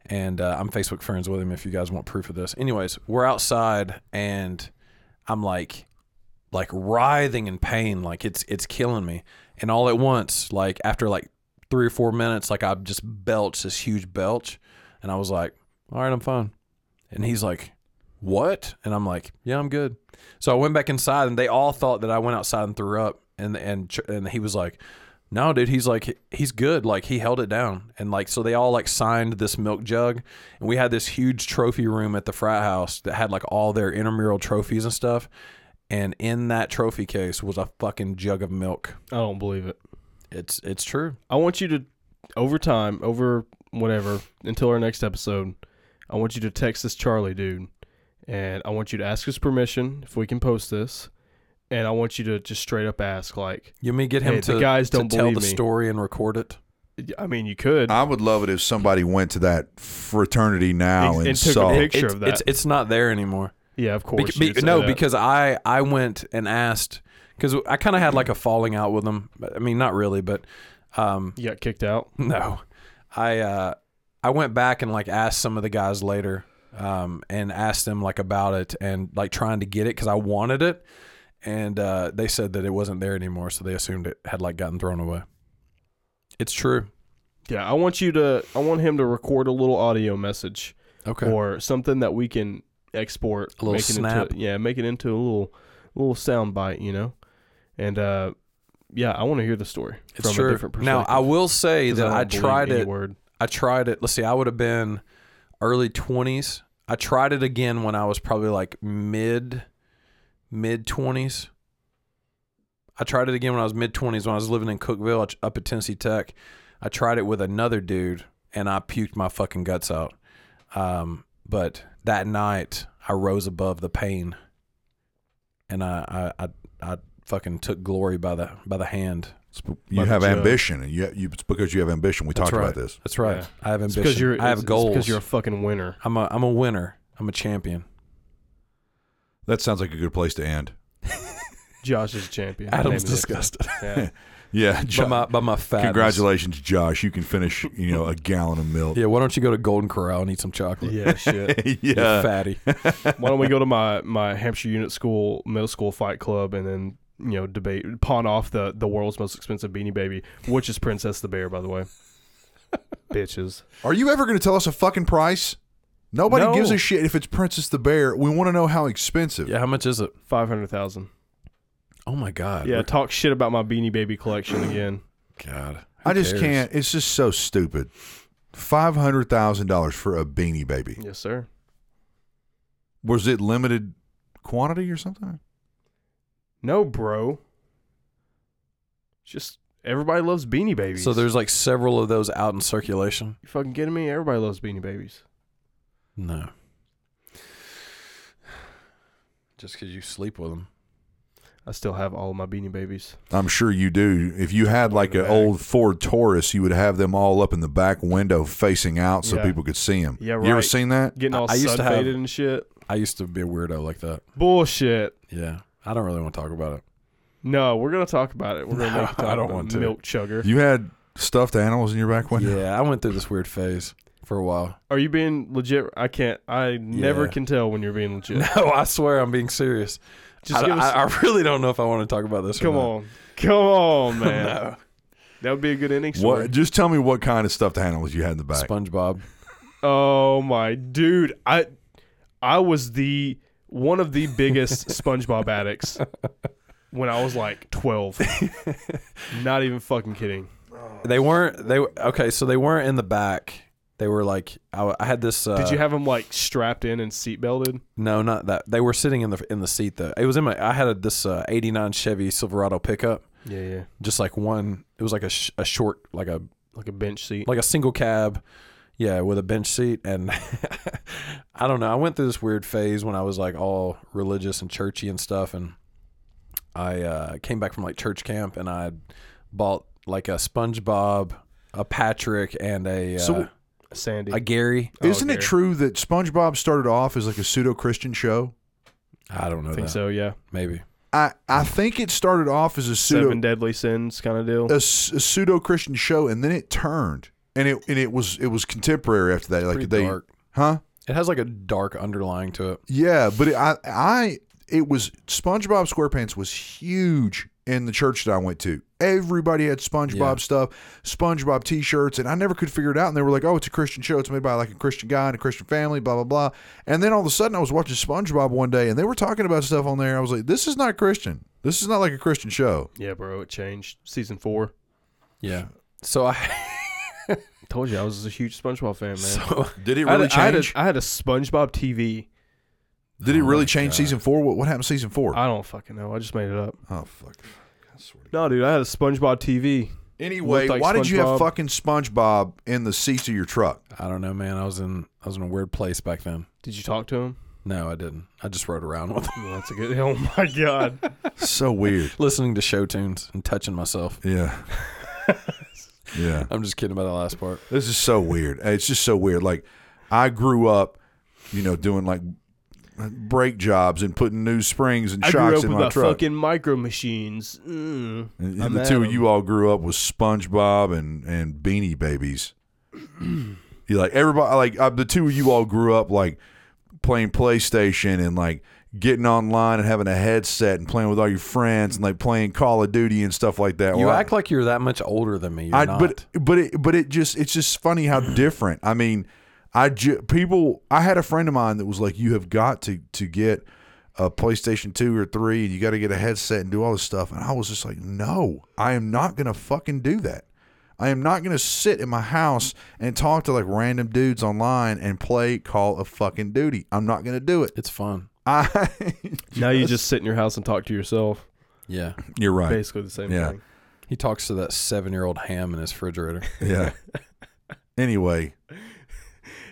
Speaker 3: and uh, I'm Facebook friends with him if you guys want proof of this anyways we're outside and I'm like like writhing in pain like it's it's killing me and all at once like after like three or four minutes like I just belched this huge belch and I was like all right I'm fine and he's like what? And I'm like, yeah, I'm good. So I went back inside, and they all thought that I went outside and threw up. And and Ch- and he was like, no, dude, he's like, he's good. Like he held it down, and like so they all like signed this milk jug, and we had this huge trophy room at the frat house that had like all their intramural trophies and stuff. And in that trophy case was a fucking jug of milk.
Speaker 2: I don't believe it.
Speaker 3: It's it's true.
Speaker 2: I want you to, over time, over whatever, until our next episode, I want you to text this Charlie dude, and I want you to ask his permission if we can post this, and I want you to just straight up ask, like,
Speaker 3: You may get him
Speaker 2: Hey,
Speaker 3: to
Speaker 2: the guys don't
Speaker 3: to tell
Speaker 2: believe
Speaker 3: the
Speaker 2: me.
Speaker 3: story and record it.
Speaker 2: I mean, you could.
Speaker 3: Uh,
Speaker 1: I would love it if somebody went to that fraternity now
Speaker 2: And-
Speaker 1: and,
Speaker 2: and took a
Speaker 1: saw.
Speaker 2: pic- Picture
Speaker 3: It's-
Speaker 2: of that.
Speaker 3: It's it's not there anymore.
Speaker 2: yeah, of course.
Speaker 3: Bec-
Speaker 2: you'd
Speaker 3: be-
Speaker 2: say
Speaker 3: no,
Speaker 2: that.
Speaker 3: because I I went and asked because I kind of had like a falling out with him. But- I mean, not really, but um,
Speaker 2: you got kicked out.
Speaker 3: no, I uh, I went back and like asked some of the guys later um, and asked them like about it and like trying to get it because I wanted it, and uh, they said that it wasn't there anymore, so they assumed it had like gotten thrown away. It's true.
Speaker 2: Yeah, I want you to. I want him to record a little audio message
Speaker 3: Okay.
Speaker 2: or something that we can export.
Speaker 3: A little
Speaker 2: make it into-
Speaker 3: snap.
Speaker 2: yeah, make it into a little little sound bite, you know. And uh, yeah, I want to hear the story
Speaker 3: it's
Speaker 2: from
Speaker 3: true.
Speaker 2: a different
Speaker 3: now
Speaker 2: perspective.
Speaker 3: I will say
Speaker 2: 'cause
Speaker 3: that
Speaker 2: don't
Speaker 3: I
Speaker 2: believe
Speaker 3: tried
Speaker 2: any
Speaker 3: it.
Speaker 2: Word.
Speaker 3: I tried it. Let's see, I would have been early twenties. I tried it again when I was probably like mid mid twenties. I tried it again when I was mid twenties when I was living in Cookville up at Tennessee Tech. I tried it with another dude and I puked my fucking guts out. Um, but that night I rose above the pain and I I, I, I fucking took glory by the by the hand.
Speaker 1: It's b- you
Speaker 2: the
Speaker 1: have
Speaker 2: jug.
Speaker 1: ambition, and you, you it's because you have ambition. We
Speaker 3: That's
Speaker 1: talked
Speaker 3: right.
Speaker 1: about this.
Speaker 3: That's right.
Speaker 2: Yeah.
Speaker 3: I have
Speaker 2: It's
Speaker 3: ambition.
Speaker 2: because you're.
Speaker 3: I
Speaker 2: it's-
Speaker 3: have
Speaker 2: it's
Speaker 3: goals.
Speaker 2: Because you're a fucking winner.
Speaker 3: I'm a I'm a winner. I'm a champion.
Speaker 1: That sounds like a good place to end.
Speaker 2: Josh is a champion.
Speaker 3: Adam's
Speaker 2: Name is-
Speaker 3: disgusted.
Speaker 2: Yeah.
Speaker 1: Yeah,
Speaker 3: by
Speaker 1: Josh,
Speaker 3: my by my fatness.
Speaker 1: congratulations, Josh. You can finish, you know, a gallon of milk.
Speaker 3: Yeah, why don't you go to Golden Corral and eat some chocolate?
Speaker 2: yeah. Shit.
Speaker 3: You
Speaker 1: yeah.
Speaker 3: fatty.
Speaker 2: Why don't we go to my my Hampshire Unit School Middle School Fight Club and then you know debate pawn off the the world's most expensive beanie baby, which is Princess the Bear, by the way. Bitches.
Speaker 1: Are you ever going to tell us a fucking price? Nobody
Speaker 3: No.
Speaker 1: gives a shit if it's Princess the Bear. We want to know how expensive.
Speaker 3: Yeah, how much is it?
Speaker 2: Five hundred thousand.
Speaker 3: Oh my god.
Speaker 2: Yeah, talk shit about my Beanie Baby collection again.
Speaker 3: God. Who
Speaker 1: I just
Speaker 3: cares?
Speaker 1: can't. It's just so stupid. Five hundred thousand dollars for a beanie baby.
Speaker 2: Yes, sir.
Speaker 1: Was it limited quantity or something?
Speaker 2: No, bro. Just everybody loves Beanie Babies.
Speaker 3: So there's like several of those out in circulation.
Speaker 2: you fucking kidding me? Everybody loves Beanie Babies.
Speaker 3: No. Just because you sleep with them.
Speaker 2: I still have all of my Beanie Babies.
Speaker 1: I'm sure you do. If you had like an
Speaker 2: Back.
Speaker 1: old Ford Taurus, you would have them all up in the back window facing out so
Speaker 2: Yeah.
Speaker 1: people could see them.
Speaker 2: Yeah,
Speaker 1: You ever
Speaker 2: right.
Speaker 1: seen that?
Speaker 2: Getting
Speaker 3: I-
Speaker 2: all
Speaker 3: I used
Speaker 2: sun
Speaker 3: to have-
Speaker 2: faded and shit.
Speaker 3: I used to be a weirdo like that.
Speaker 2: Bullshit.
Speaker 3: Yeah. I don't really want to talk about it.
Speaker 2: No, we're gonna talk about it. We're gonna
Speaker 3: No,
Speaker 2: make you talk
Speaker 3: I don't
Speaker 2: about
Speaker 3: want to.
Speaker 2: milk chugger.
Speaker 1: You had stuffed animals in your back window.
Speaker 3: Yeah, I went through this weird phase for a while.
Speaker 2: Are you being legit? I can't. I never
Speaker 3: Yeah.
Speaker 2: can tell when you're being legit.
Speaker 3: No, I swear I'm being serious.
Speaker 2: Just
Speaker 3: I,
Speaker 2: give us.
Speaker 3: I, I really don't know if I want to talk about this. or
Speaker 2: come
Speaker 3: not.
Speaker 2: on, come on, man.
Speaker 3: No.
Speaker 2: That would be a good ending story.
Speaker 1: What? Just tell me what kind of stuffed animals you had in the back.
Speaker 3: SpongeBob.
Speaker 2: Oh my dude, I I was the one of the biggest SpongeBob addicts when I was like 12. Not even fucking kidding.
Speaker 3: They weren't. They were- okay. So they weren't in the back. They were like I, I had this. Uh,
Speaker 2: Did you have them like strapped in and seatbelted?
Speaker 3: No, not that. They were sitting in the in the seat though. It was in my. I had a, this uh, '89 Chevy Silverado pickup.
Speaker 2: Yeah, yeah.
Speaker 3: Just like one. It was like a, sh- a short, like a
Speaker 2: Like a bench seat.
Speaker 3: like a single cab. Yeah, with a bench seat, and I don't know. I went through this weird phase when I was like all religious and churchy and stuff, and I uh, came back from like church camp, and I bought like a SpongeBob, a Patrick, and a
Speaker 1: So-
Speaker 3: uh,
Speaker 2: Sandy. Oh,
Speaker 3: a Gary.
Speaker 1: Isn't
Speaker 2: dear.
Speaker 1: it true that SpongeBob started off as like a pseudo Christian show?
Speaker 3: I don't know
Speaker 2: I think
Speaker 3: that.
Speaker 2: so, yeah.
Speaker 3: Maybe.
Speaker 1: I, I think it started off as a
Speaker 2: Seven
Speaker 1: pseudo
Speaker 2: deadly sins kind of deal.
Speaker 1: a, pseudo Christian show, and then it turned and it and it was it was contemporary after that. Like
Speaker 3: Pretty
Speaker 1: they,
Speaker 3: dark.
Speaker 1: huh?
Speaker 3: It has like a dark underlying to it.
Speaker 1: Yeah, but it, I I it was SpongeBob SquarePants was huge in the church that I went to. Everybody had SpongeBob
Speaker 3: Yeah.
Speaker 1: stuff, SpongeBob T-shirts, and I never could figure it out. And they were like, "Oh, it's a Christian show. It's made by like a Christian guy and a Christian family." Blah blah blah. And then all of a sudden, I was watching SpongeBob one day, and they were talking about stuff on there. I was like, "This is not Christian. This is not like a Christian show."
Speaker 2: yeah, bro, it changed. Season 4.
Speaker 3: Yeah. So I
Speaker 2: Told you I was a huge SpongeBob fan, man.
Speaker 3: so
Speaker 1: Did it
Speaker 2: I, had
Speaker 1: really
Speaker 2: a, I, had a-
Speaker 1: change?
Speaker 2: I had a SpongeBob TV.
Speaker 1: Did it
Speaker 3: Oh
Speaker 1: really
Speaker 3: my
Speaker 1: change
Speaker 3: God.
Speaker 1: season four? What, what happened to season four?
Speaker 2: I don't fucking know. I just made it up.
Speaker 1: oh fuck! I swear to God.
Speaker 2: No, dude, I had a SpongeBob TV.
Speaker 1: Anyway,
Speaker 2: Looked like
Speaker 1: why did you have
Speaker 2: SpongeBob.
Speaker 1: fucking SpongeBob in the seats of your truck?
Speaker 3: I don't know, man. I was in I was in a weird place back then.
Speaker 2: Did you talk to him?
Speaker 3: No, I didn't. I just rode around with
Speaker 2: Well, that's a good. Oh my god.
Speaker 1: so weird.
Speaker 3: listening to show tunes and touching myself.
Speaker 1: Yeah. yeah.
Speaker 3: I'm just kidding about that last part.
Speaker 1: This is so weird. It's just so weird. Like I grew up, you know, doing like brake jobs and putting new springs and
Speaker 2: I grew
Speaker 1: shocks
Speaker 2: up
Speaker 1: in
Speaker 2: with
Speaker 1: my
Speaker 2: the
Speaker 1: truck.
Speaker 2: fucking micro machines. Mm.
Speaker 1: and
Speaker 2: I'm
Speaker 1: the two of
Speaker 2: Adam.
Speaker 1: you all grew up with SpongeBob and and Beanie Babies. you like everybody like uh, the two of you all grew up like playing PlayStation and like getting online and having a headset and playing with all your friends and like playing Call of Duty and stuff like that.
Speaker 3: You
Speaker 1: Well, I-
Speaker 3: act like you're that much older than me. You're
Speaker 1: I,
Speaker 3: not.
Speaker 1: but but it but it just it's just funny how different. I mean, I ju- people I had a friend of mine that was like, you have got to to get a PlayStation two or three, and you got to get a headset and do all this stuff. And I was just like, no, I am not gonna fucking do that. I am not gonna sit in my house and talk to like random dudes online and play Call of Fucking Duty. I'm not gonna do it.
Speaker 3: it's fun.
Speaker 1: I
Speaker 2: Now you just sit in your house and talk to yourself.
Speaker 3: Yeah.
Speaker 1: you're right.
Speaker 2: Basically the same
Speaker 1: Yeah.
Speaker 2: thing.
Speaker 3: He talks to that seven year old ham in his refrigerator.
Speaker 1: Yeah. Anyway,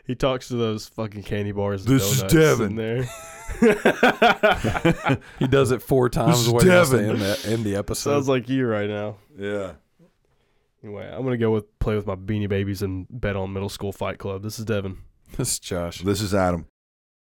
Speaker 2: He talks to those fucking candy bars. And
Speaker 1: This is
Speaker 2: donuts
Speaker 1: Devin.
Speaker 2: in there.
Speaker 3: He does it four times
Speaker 1: is
Speaker 3: the way he has to
Speaker 1: Devin.
Speaker 3: end the, end the episode.
Speaker 2: Sounds like you right now.
Speaker 1: yeah.
Speaker 2: Anyway, I'm gonna go with play with my beanie babies and bet on middle school fight club. This is Devin.
Speaker 3: this is Josh.
Speaker 1: This is Adam.